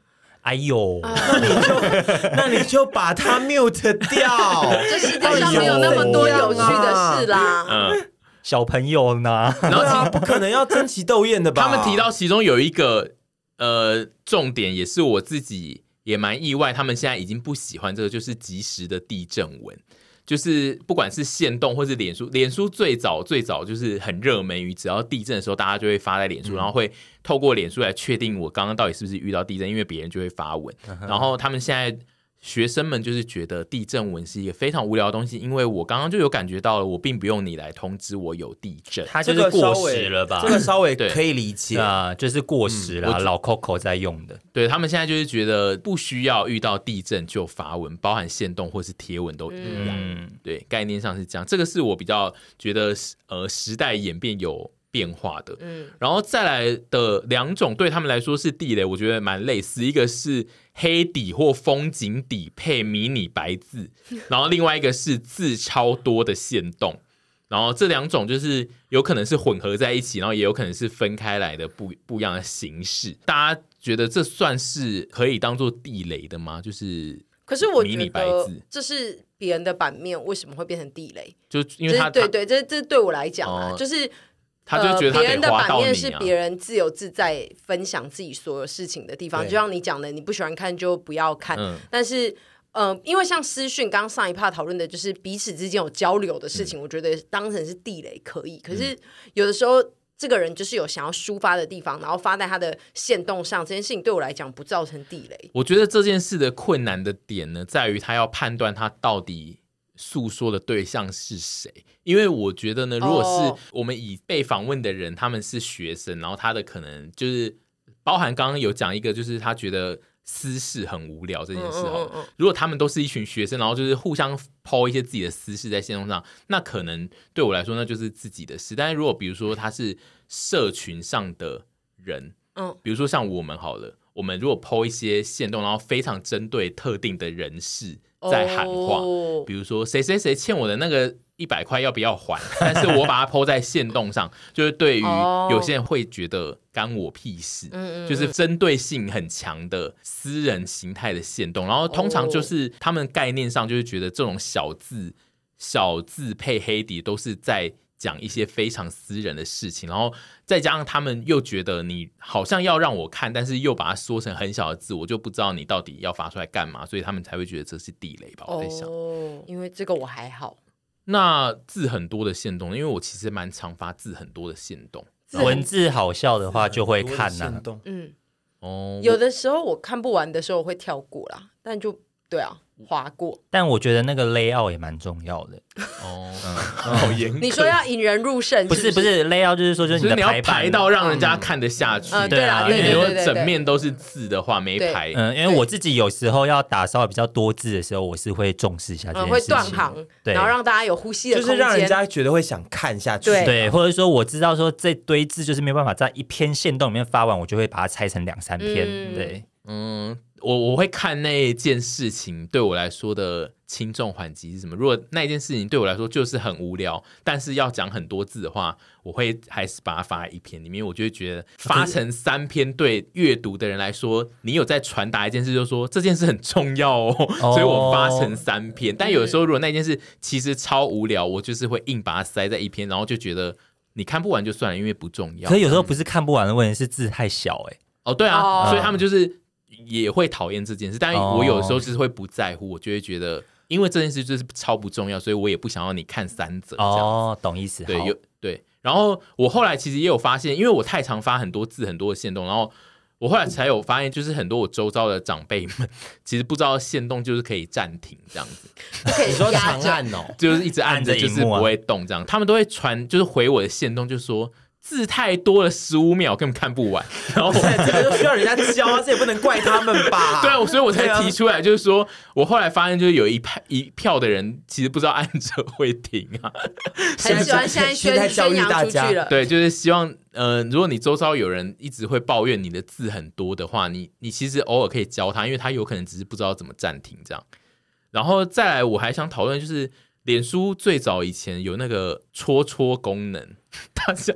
哎 呦，
那你就把它 mute 掉。
这世界上没有那么多有趣的事啦。
嗯，
小朋友 呢？
然
对
后
啊，不可能要争奇斗艳的吧？
他们提到其中有一个呃重点，也是我自己也蛮意外，他们现在已经不喜欢这个，就是及时的地震文。就是不管是线动或是脸书，脸书最早最早就是很热门于，只要地震的时候，大家就会发在脸
嗯
书，然后会透过脸书来确定我刚刚到底是不是遇到地震，因为别人就会发文。
嗯
然后他们现在学生们就是觉得地震文是一个非常无聊的东西，因为我刚刚就有感觉到了，我并不用你来通知我有地震。
他就
这
是
个
过
稍微
时了吧
这？个稍微
对
可以理解
对。啊，就是过时
嗯我
啦，
觉
老 Coco 在用的。
对他们现在就是觉得不需要遇到地震就发文，包含限动或是贴文都一样。
嗯，
对，概念上是这样。这个是我比较觉得时呃时代演变有变化的。
嗯，
然后再来的两种对他们来说是地雷，我觉得蛮类似，一个是黑底或风景底配迷你白字，然后另外一个是字超多的线动。然后这两种就是有可能是混合在一起，然后也有可能是分开来的不不一样的形式。大家觉得这算是可以当做地雷的吗？就是
可是我
迷
觉
你白
得
字
这是别人的版面，为什么会变成地雷？
就因
就
为他
是对
他
对，这这对我来讲啊，
哦
就是
他就觉得他
呃、别人
得
的
划
版
到
面
你
是
啊，
别人自由自在分享自己所有事情的地方，
对
就像你讲的，你不喜欢看就不要看。
嗯
但是，呃，因为像私讯，刚刚上一趴讨论的就是彼此之间有交流的事
嗯
情，我觉得当成是地雷可以。可是有的时候。这个人就是有想要抒发的地方，然后发在他的线动上，这件事情对我来讲不造成地雷。
我觉得这件事的困难的点呢，在于他要判断他到底诉说的对象是谁。因为我觉得呢，如果
哦
是我们以被访问的人，他们是学生，然后他的可能就是包含刚刚有讲一个，就是他觉得私事很无聊这件事哦。
嗯嗯嗯嗯
如果他们都是一群学生，然后就是互相抛一些自己的私事在线动上，那可能对我来说那就是自己的事。但是如果比如说他是社群上的人，
嗯，
比如说像我们好了，我们如果抛一些线动，然后非常针对特定的人士在喊话，
嗯哦
比如说谁谁谁欠我的那个一百块要不要还？ 但是我把它抛在线动上，就是对于
哦
有些人会觉得干我屁事，
嗯嗯嗯
就是针对性很强的私人形态的线动，然后通常
哦
就是他们概念上就是觉得这种小字小字配黑底都是在。讲一些非常私人的事情，然后再加上他们又觉得你好像要让我看，但是又把它缩成很小的字，我就不知道你到底要发出来干嘛，所以他们才会觉得这是地雷吧？我在想。
哦，因为这个我还好，
那字很多的线动，因为我其实蛮常发字很多的线动
自然
文字好笑的话就会看啊呐、
呐。
嗯，
哦。
有的时候我看不完的时候我会跳过啦，但就对啊，
嗯
划过。
但我觉得那个 layout 也蛮重要的，
哦， 好严
嗯
格。
你说要引人入胜，
不是不
不，
是 layout 就是说就是
就是
你的
你要
排版啊嗯
排到让人家看得下去，
呃，
对
对
啊
啦，
因
对
为
对
你如果
对对
整面都是字的话，没
对
排。
嗯，因为我自己有时候要打稍微比较多字的时候，我是会重视一下这
嗯
件
会
事情，
断行，
对
然后让大家有呼吸的
就
空间，
是让人家觉得会想看下去。
对
对，或者说我知道说这堆字就是没办法在一篇线动里面发完，我就会把它拆成两三篇。
嗯
对，
嗯，我我会看那件事情对我来说的轻重缓急是什么。如果那件事情对我来说就是很无聊，但是要讲很多字的话，我会还是把它发在一篇里面。我就会
啊
觉得发成三篇，对阅读的人来说，你有在传达一件事，就是说这件事很重要哦，
哦
所以我发成三篇。但有的时候，如果那件事其实超无聊，我就是会硬把它塞在一篇，然后就觉得你看不完就算了，因为不重要
可。是有时候不是看不完的问题，是字太小哎、
哦，对啊，
哦
所以他们就是也会讨厌这件事，但是
哦
我有时候就是会不在乎，我就会觉得，因为这件事就是超不重要，所以我也不想要你看三则这样。
哦，懂意思。
对，
好
有对。然后我后来其实也有发现，因为我太常发很多字很多的线动，然后我后来才有发现，就是很多我周遭的长辈们其实不知道线动就是可以暂停这样子，
不可以
你说
压
长
着。
按哦，
就是一直按着
按着
就
荧
是
幕啊
不会动这样，他们都会传就是回我的线动，就说字太多了，十五秒根本看不完，然后我
对，这个就需要人家教啊，这也不能怪他们吧？
对啊，我所以我才
对啊
提出来，就是说我后来发现，就是有一派一票的人其实不知道按着会停啊。
很喜欢现在宣
现在教
宣
育
扬
大
出
家
去了，
对，就是希望，呃，如果你周遭有人一直会抱怨你的字很多的话，你你其实偶尔可以教他，因为他有可能只是不知道怎么暂停这样。然后再来，我还想讨论就是脸书最早以前有那个戳戳功能， 大家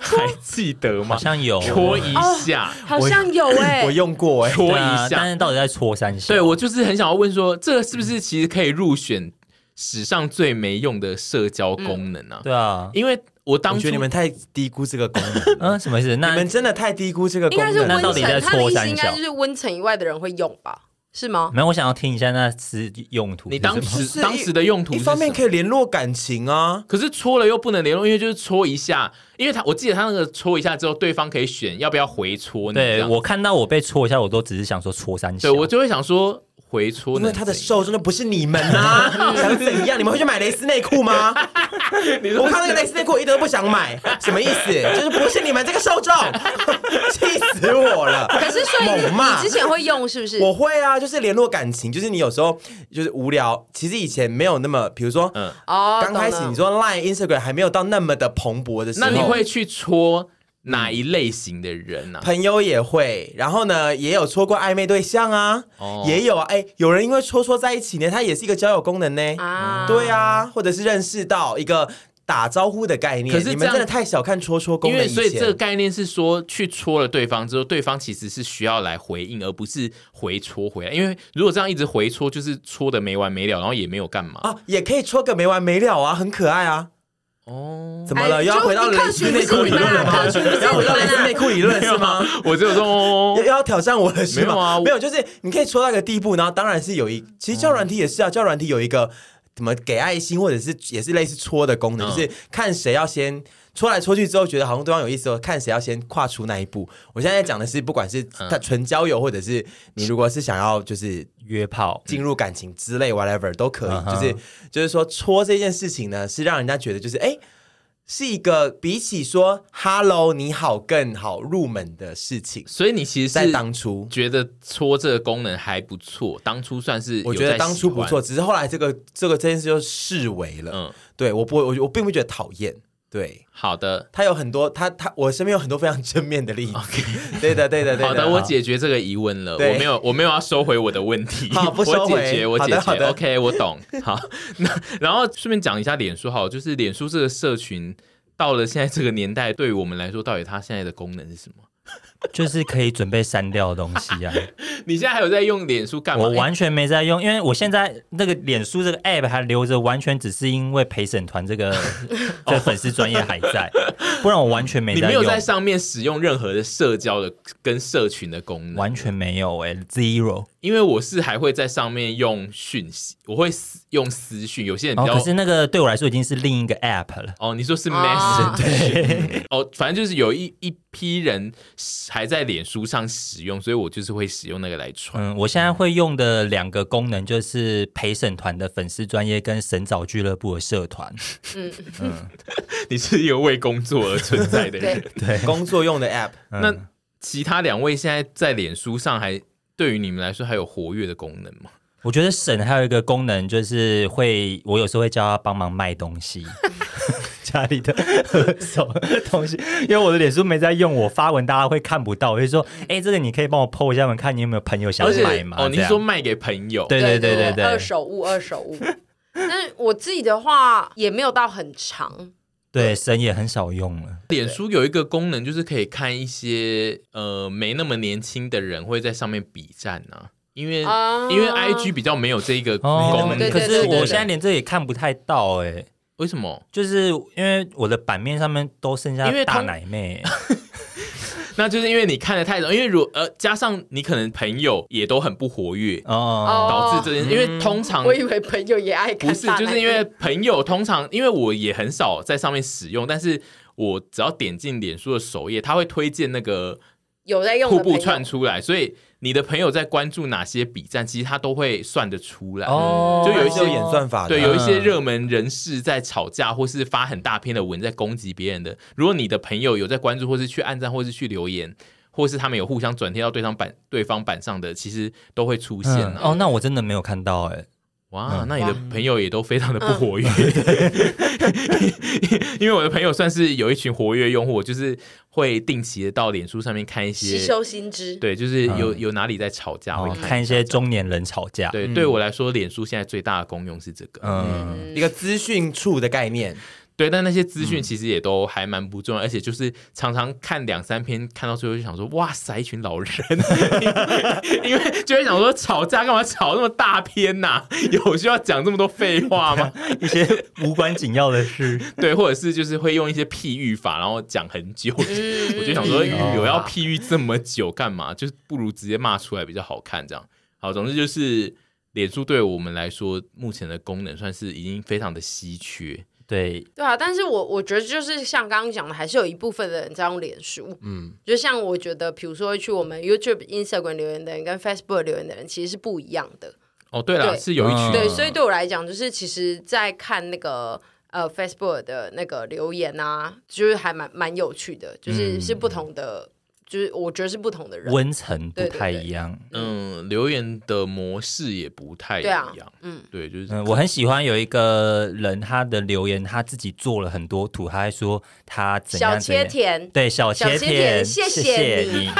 还记得
好
吗？
像有
戳一下，
好像有哎、
我用过哎、
戳
对啊
一
但
下。
是到底在戳三下？
对我就是很想要问说，这是不是其实可以入选史上最没用的社交
嗯
功能啊？
对啊，
因为我当
我觉
初
得你们太低估这个功能了，
嗯，什么意思？
你
那
们真的太低估这个
应
功
该是
能
那
了。
到
温
底在
层，他的
戳
意
三
思应该
小
就是温层以外的人会用吧？是吗？
嗯
没有，我想要听一下那是用途是
你
什么。
当
是
时
一
当时的用途
一
是
方面
什么
可以联络感情啊，
可是戳了又不能联络，因为就是戳一下，因为他我记得他那个戳一下之后，对方可以选要不要回戳你。这
对
样
我看到我被戳一下，我都只是想说戳三下。
对我就会想说回戳
因
能怎样，
为他的瘦真的不是你们啊， 想怎样？你们会去买蕾丝内裤 吗？我看那个蕾丝内裤，我一点都不想买，什么意思？就是不是你们这个受众， 气死我了！
可是所以你
猛骂
你之前会用是不是？
我会啊，就是联络感情，就是你有时候就是无聊，其实以前没有那么，比如说，
嗯
哦，
刚开始
懂了
你说 Line、Instagram 还没有到那么的蓬勃的时候，
那你会去戳哪一类型的人呢、啊？
朋友也会，然后呢，也有戳过暧昧对象啊，
哦
也有啊，哎、有人因为戳戳在一起呢，它也是一个交友功能呢，
啊
对啊，或者是认识到一个打招呼的概念。
可是这样
你们真的太小看戳戳功
因
能
为
以前，
所以这个概念是说，去戳了对方之后，对方其实是需要来回应，而不是回戳回来。因为如果这样一直回戳，就是戳的没完没了，然后也没有干嘛。
啊，也可以戳个没完没了啊，很可爱啊。
哦，
怎么了？
哎
又要
就
回到蕾
你客
丝
群
内裤
不是
理
你们
论 了
啊
吗
客群不？是
要回到
你
蕾
们啊
丝内裤理哎论是吗？
我只有说哦
要，要挑战我了是
没有
吗？
啊
没有，就是你可以戳到一个地步，然后当然是有一，其实教软体也是啊，教软体有一个怎么给爱心，或者是也是类似戳的功能，
嗯
就是看谁要先戳来戳去之后，觉得好像对方有意思哦，看谁要先跨出那一步。我现在讲的是，不管是
嗯
他纯交友，或者是你如果是想要就是
约炮，
进入感情之类 whatever 都可
嗯
以，
哼
就是就是说戳这件事情呢，是让人家觉得就是哎。诶是一个比起说 “hello 你好”更好入门的事情，
所以你其实
在
是
当初
觉得戳这个功能还不错，当初算是
我
有
觉得
在
当初
喜
不
欢
错，，只是后来这个这个这件事就视为了。
嗯，
对我不，我我并不觉得讨厌。对
好的。
他有很多，他他我身边有很多非常正面的例子。 对的，对的，对
好的，我解决这个疑问了。
对
我没有，我没有要收回我的问题。
好不收回
我解决，我解
好的
决。
好的
OK，我懂。好， 那然后顺便讲一下脸书，好了，就是脸书这个社群到了现在这个年代，对于我们来说，到底它现在的功能是什么？
就是可以准备删掉的东 西啊。
你现在还有在用脸书干嘛？
我
哎
完全没在用，因为我现在那个脸书这个 app 还留着，完全只是因为陪审团这个 这个粉丝专业还在，不然我完全没
你
在
没有
用，
在上面使用任何的社交的跟社群的功能，
完全没有哎、z e r o
因为我是还会在上面用讯息，我会私用私讯，有些人比
然后
较
哦可是那个对我来说已经是另一个 app 了。
哦，你说是
哦
Messenger 哦，反正就是有一一批人还在脸书上使用，所以我就是会使用那个来传。
嗯，我现在会用的两个功能就是陪审团的粉丝专业跟神早俱乐部的社团。
你是一个为工作而存在的人。
对啊工作用的 app，
嗯
那其他两位现在在脸书上还对于你们来说还有活跃的功能吗？
我觉得沈还有一个功能，就是会我有时候会叫他帮忙卖东西， 家里的二手东西，因为我的脸书没在用，我发文大家会看不到，我就说，哎、这个你可以帮我 PO 一下吗？看你有没有朋友想
而且
买吗？
哦，你
这
是
样
说卖给朋友？
对对对对对，
二手物，二手 物。但我自己的话也没有到很长，
对沈也很少用了。
脸书有一个功能，就是可以看一些呃没那么年轻的人会在上面比战啊，因为、
啊
因为 I G 比较没有这一个功
哦
能，，
对
可
对对
是
对对
我现在连这也看不太到哎、
为什么？
就是因为我的版面上面都剩下
因为
大
通
奶妹，
那就是因为你看的太早，因为如呃加上你可能朋友也都很不活跃，
哦，
导致这件事，因为通常
我以为朋友也爱看
不是
大奶
就是因为朋友通常因为我也很少在上面使用，但是我只要点进脸书的首页，它会推荐那个
有在用
瀑
的朋
布
友
串出来，所以你的朋友在关注哪些比战，其实他都会算得出来。
哦
就有一
是
些
有演算法的，
对，有一
嗯
些热门人士在吵架，或是发很大篇的文在攻击别人的。如果你的朋友有在关注，或是去按赞，或是去留言，或是他们有互相转贴到对方版对方版上的，其实都会出现、
嗯
啊
哦，那我真的没有看到哎、
哇，那你的朋友也都非常的不活跃，因为我的朋友算是有一群活跃用户，就是会定期的到脸书上面看一
吸
些，
收新知。
对，就是有有哪里在吵架，会
嗯哦
看
看一嗯些中年人吵架，
对，对我来说，脸书现在最大的功用是这个。
嗯，
啊一个资讯处的概念，
对，但那些资讯其实也都还蛮不重要，而且就是常常看两三篇，看到最后就想说，哇塞，一群老人， 因为就会想说吵架干嘛吵那么大篇呐、 有需要讲这么多废话吗？
一些无关紧要的事，
对，或者是就是会用一些譬喻法，然后讲很久， 我就想说
喻法
有要譬喻这么久干嘛？就是不如直接骂出来比较好看，这样。好，总之就是脸书对我们来说，目前的功能算是已经非常的稀缺。
对，
对啊，但是我我觉得就是像刚刚讲的，还是有一部分的人在用脸书，嗯，就像我觉得，比如说去我们 YouTube、Instagram 留言的人跟 Facebook 留言的人其实是不一样的，
哦，对了，
对
是有一群
嗯
对，所以对我来讲，就是其实，在看那个呃 Facebook 的那个留言啊，就是还蛮蛮有趣的，就是是
嗯
不同的，就是我觉得是不同的人，
温层不
对对
太
对
一样。
嗯，留言的模式也不太一
对啊
样。
嗯，
对，就是
嗯，我很喜欢有一个人，他的留言他自己做了很多图，他还说他怎
小
样怎
切
样，
甜，
对小
小
切
切片
谢
谢
谢
谢 你
你，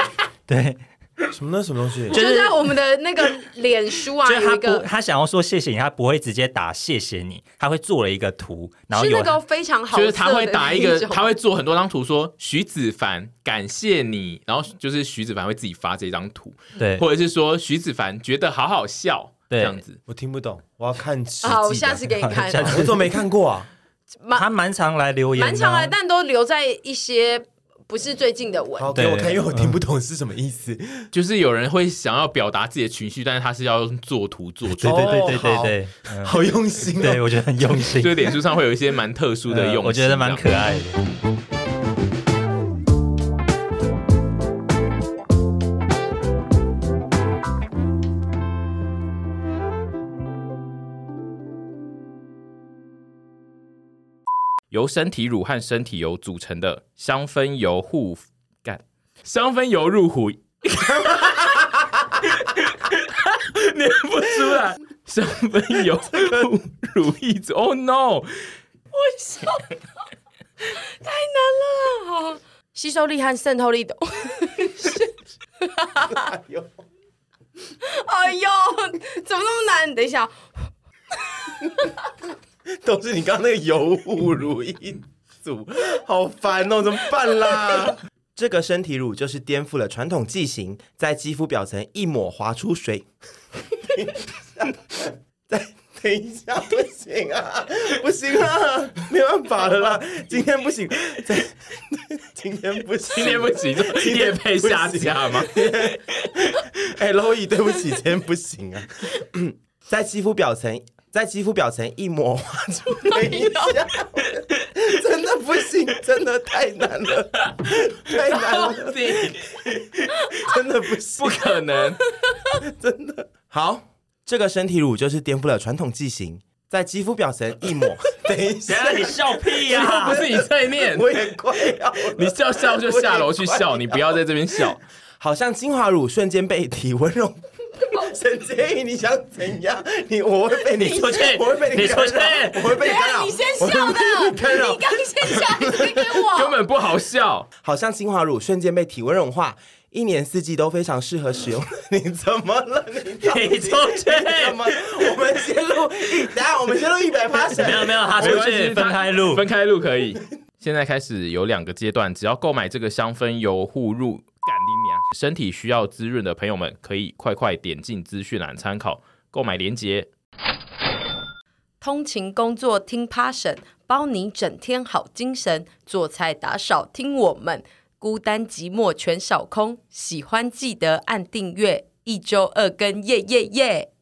对，
什么呢？什么东西？
就在我们的那个脸书啊，
就是
有
他
一
不，
个
他想要说谢谢你，他不会直接打谢谢你，他会做了一个图，然后
是
有
那个非常好，
就是他会打一个，他
会
会做很多张图说徐子凡感谢你，然后就是徐子凡会自己发这张图，
对
或者是说徐子凡觉得好好笑这
对
样子。
我听不懂，我要看实际的。
好，我下 次给你看，
下
我怎么没看过啊？
他蛮常来留言、啊，
蛮常来，但都留在一些不是最近的文。
好，
对
给我看，因为我
嗯
听不懂是什么意思。
就是有人会想要表达自己的情绪，但是他是要用做图做出
对
来。
对对对
哦好
对对，嗯
好用心
对
哦。
我觉得很用 心，
就是脸书上会有一些蛮特殊的用心、
呃我觉得蛮可爱的。
由身体乳和身体油组成的香氛油护干香氛油入虎， 念不出来，香氛 油入乳一组。Oh
好，
no！
啊吸收力和渗透力的。
哎呦，怎么那么难？等一下，
都是你刚刚那个油物如意组， 好烦哦，怎么办啦？这个身体乳就是颠覆了传统剂型，在肌肤表层一抹滑出水。 等一下，再等一下，不行啊，不行啊，没办法了啦，今天不行，在 今天不行，
今天不行，今天被下架 吗？
哎、l o e 对不起，今天不行啊。 在肌肤表层，在肌肤表层一抹画出等一下，真的不行，真的太难了，太难
到
了，
底
真的不行
不。可能！
好，这个身体乳就是颠覆了传统剂型，在肌肤表层一抹。等一
等一
下
下，你笑屁呀、
又不是 你在念，
我也快要
你
了，
笑笑就下楼去笑，你不要在这边 笑。
好像精华乳瞬间被体温融。沈婕妤，你想怎样？你我会被你
你出去
我会被你
你
干
出去
扰，我会被你哎干扰，
你先
我
笑
会
的，
被你 干扰
你。刚先笑，你推给
根
我，
本不好笑，
好像精华乳瞬间被体温融化，一年四季都非常适合使用。 你怎么了？你到底
你出去
你怎么？我们先录一，等一下我们先录一百八十。
没有没有，他出
没关系
去分开录
分，开录可以。现在开始有两个阶段，只要购买这个香氛油护入感你娘，身体需要滋润的朋友们，可以快快点进资讯栏参考购买链接。
通勤工作听 Passion，包你整天好精神；做菜打扫听我们，孤单寂寞全扫空。喜欢记得按订阅，一周二更，耶耶耶！